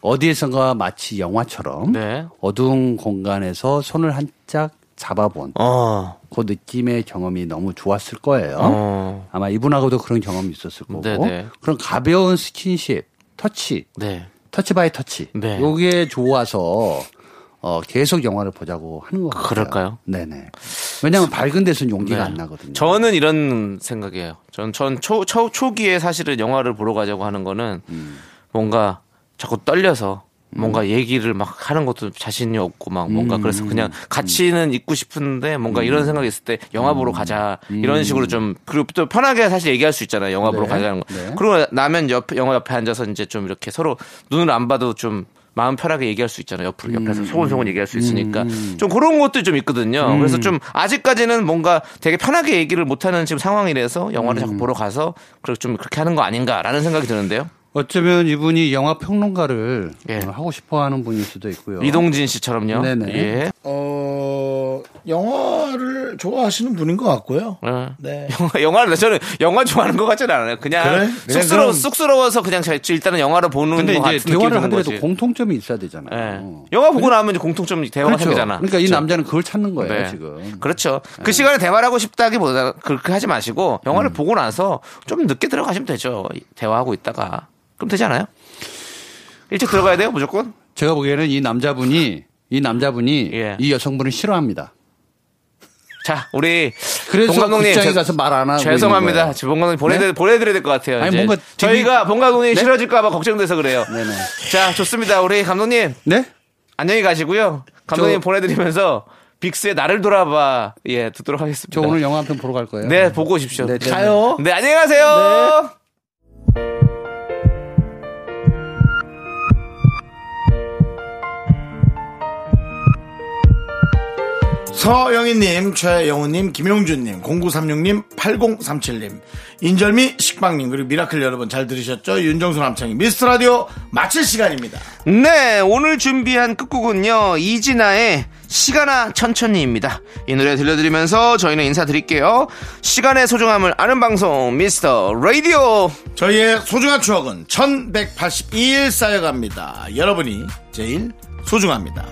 어디에선가 마치 영화처럼 네. 어두운 공간에서 손을 한짝 잡아본 어. 그 느낌의 경험이 너무 좋았을 거예요. 어. 아마 이분하고도 그런 경험이 있었을 거고 네네. 그런 가벼운 스킨십, 터치, 네. 터치 바이 터치 네. 요게 좋아서 어, 계속 영화를 보자고 하는 것 같아요. 그럴까요? 네네. 왜냐하면 밝은 데서는 용기가 네. 안 나거든요. 저는 이런 생각이에요. 전, 전 초, 초, 초기에 사실은 영화를 보러 가자고 하는 거는 뭔가 자꾸 떨려서 뭔가 얘기를 막 하는 것도 자신이 없고 막 뭔가 그래서 그냥 같이는 있고 싶은데 뭔가 이런 생각이 있을 때 영화 보러 가자 이런 식으로 좀 그리고 또 편하게 사실 얘기할 수 있잖아요 영화 보러 가자는 거 그리고 나면 옆 영화 옆에 앉아서 이제 좀 이렇게 서로 눈을 안 봐도 좀 마음 편하게 얘기할 수 있잖아요. 옆으로 옆에서 소곤소곤 얘기할 수 있으니까 좀 그런 것도 좀 있거든요. 그래서 좀 아직까지는 뭔가 되게 편하게 얘기를 못하는 지금 상황이라서 영화를 자꾸 보러 가서 그렇게 좀 그렇게 하는 거 아닌가라는 생각이 드는데요. 어쩌면 이분이 영화 평론가를 예. 어, 하고 싶어하는 분일 수도 있고요. 이동진 씨처럼요. 네네. 예. 어 영화를 좋아하시는 분인 것 같고요. 어. 네. 영화, 영화를 저는 영화 좋아하는 것 같지는 않아요. 그냥 그래? 그냥 쑥스러워 그럼- 쑥스러워서 그냥 저- 일단은 영화를 보는 근데 것 이제 같은 느낌이 대화를 드는 하더라도 거지. 공통점이 있어야 예. 되잖아요. 영화 보고 나면 이제 공통점이 대화가 그렇죠. 생기잖아. 그러니까 이 그렇죠? 남자는 그걸 찾는 거예요 네. 지금. 네. 그렇죠. 그 시간에 대화를 하고 싶다기보다 그렇게 하지 마시고 음. 영화를 보고 나서 좀 늦게 들어가시면 되죠. 대화하고 있다가 그럼 되지 않아요? 일찍 들어가야 돼요 무조건. 제가 보기에는 이 남자분이 이 남자분이 예. 이 여성분을 싫어합니다. 자 우리 그래서 본 감독님 극장에 죄- 가서 말안 하고 있는 죄송합니다. 거예요. 지금 본 감독님 보내드, 네? 보내드려야 될 것 같아요. 아니, 이제. 뭔가 디비- 저희가 본 감독님 이 네? 싫어질까봐 걱정돼서 그래요. 네네. 자 좋습니다. 우리 감독님 네? 안녕히 가시고요. 감독님 저- 보내드리면서 빅스의 나를 돌아봐 예 듣도록 하겠습니다. 저 오늘 영화 한 편 보러 갈 거예요. 네 보고 오십시오. 네, 네. 가요. 네 안녕히 가세요. 서영희님, 최영우님, 김용준님, 0936님, 8037님, 인절미 식빵님 그리고 미라클 여러분 잘 들으셨죠? 윤정수 남창희 미스터 라디오 마칠 시간입니다. 네, 오늘 준비한 끝곡은요, 이진아의 시간아 천천히입니다. 이 노래 들려드리면서 저희는 인사드릴게요. 시간의 소중함을 아는 방송, 미스터 라디오! 저희의 소중한 추억은 1182일 쌓여갑니다. 여러분이 제일 소중합니다.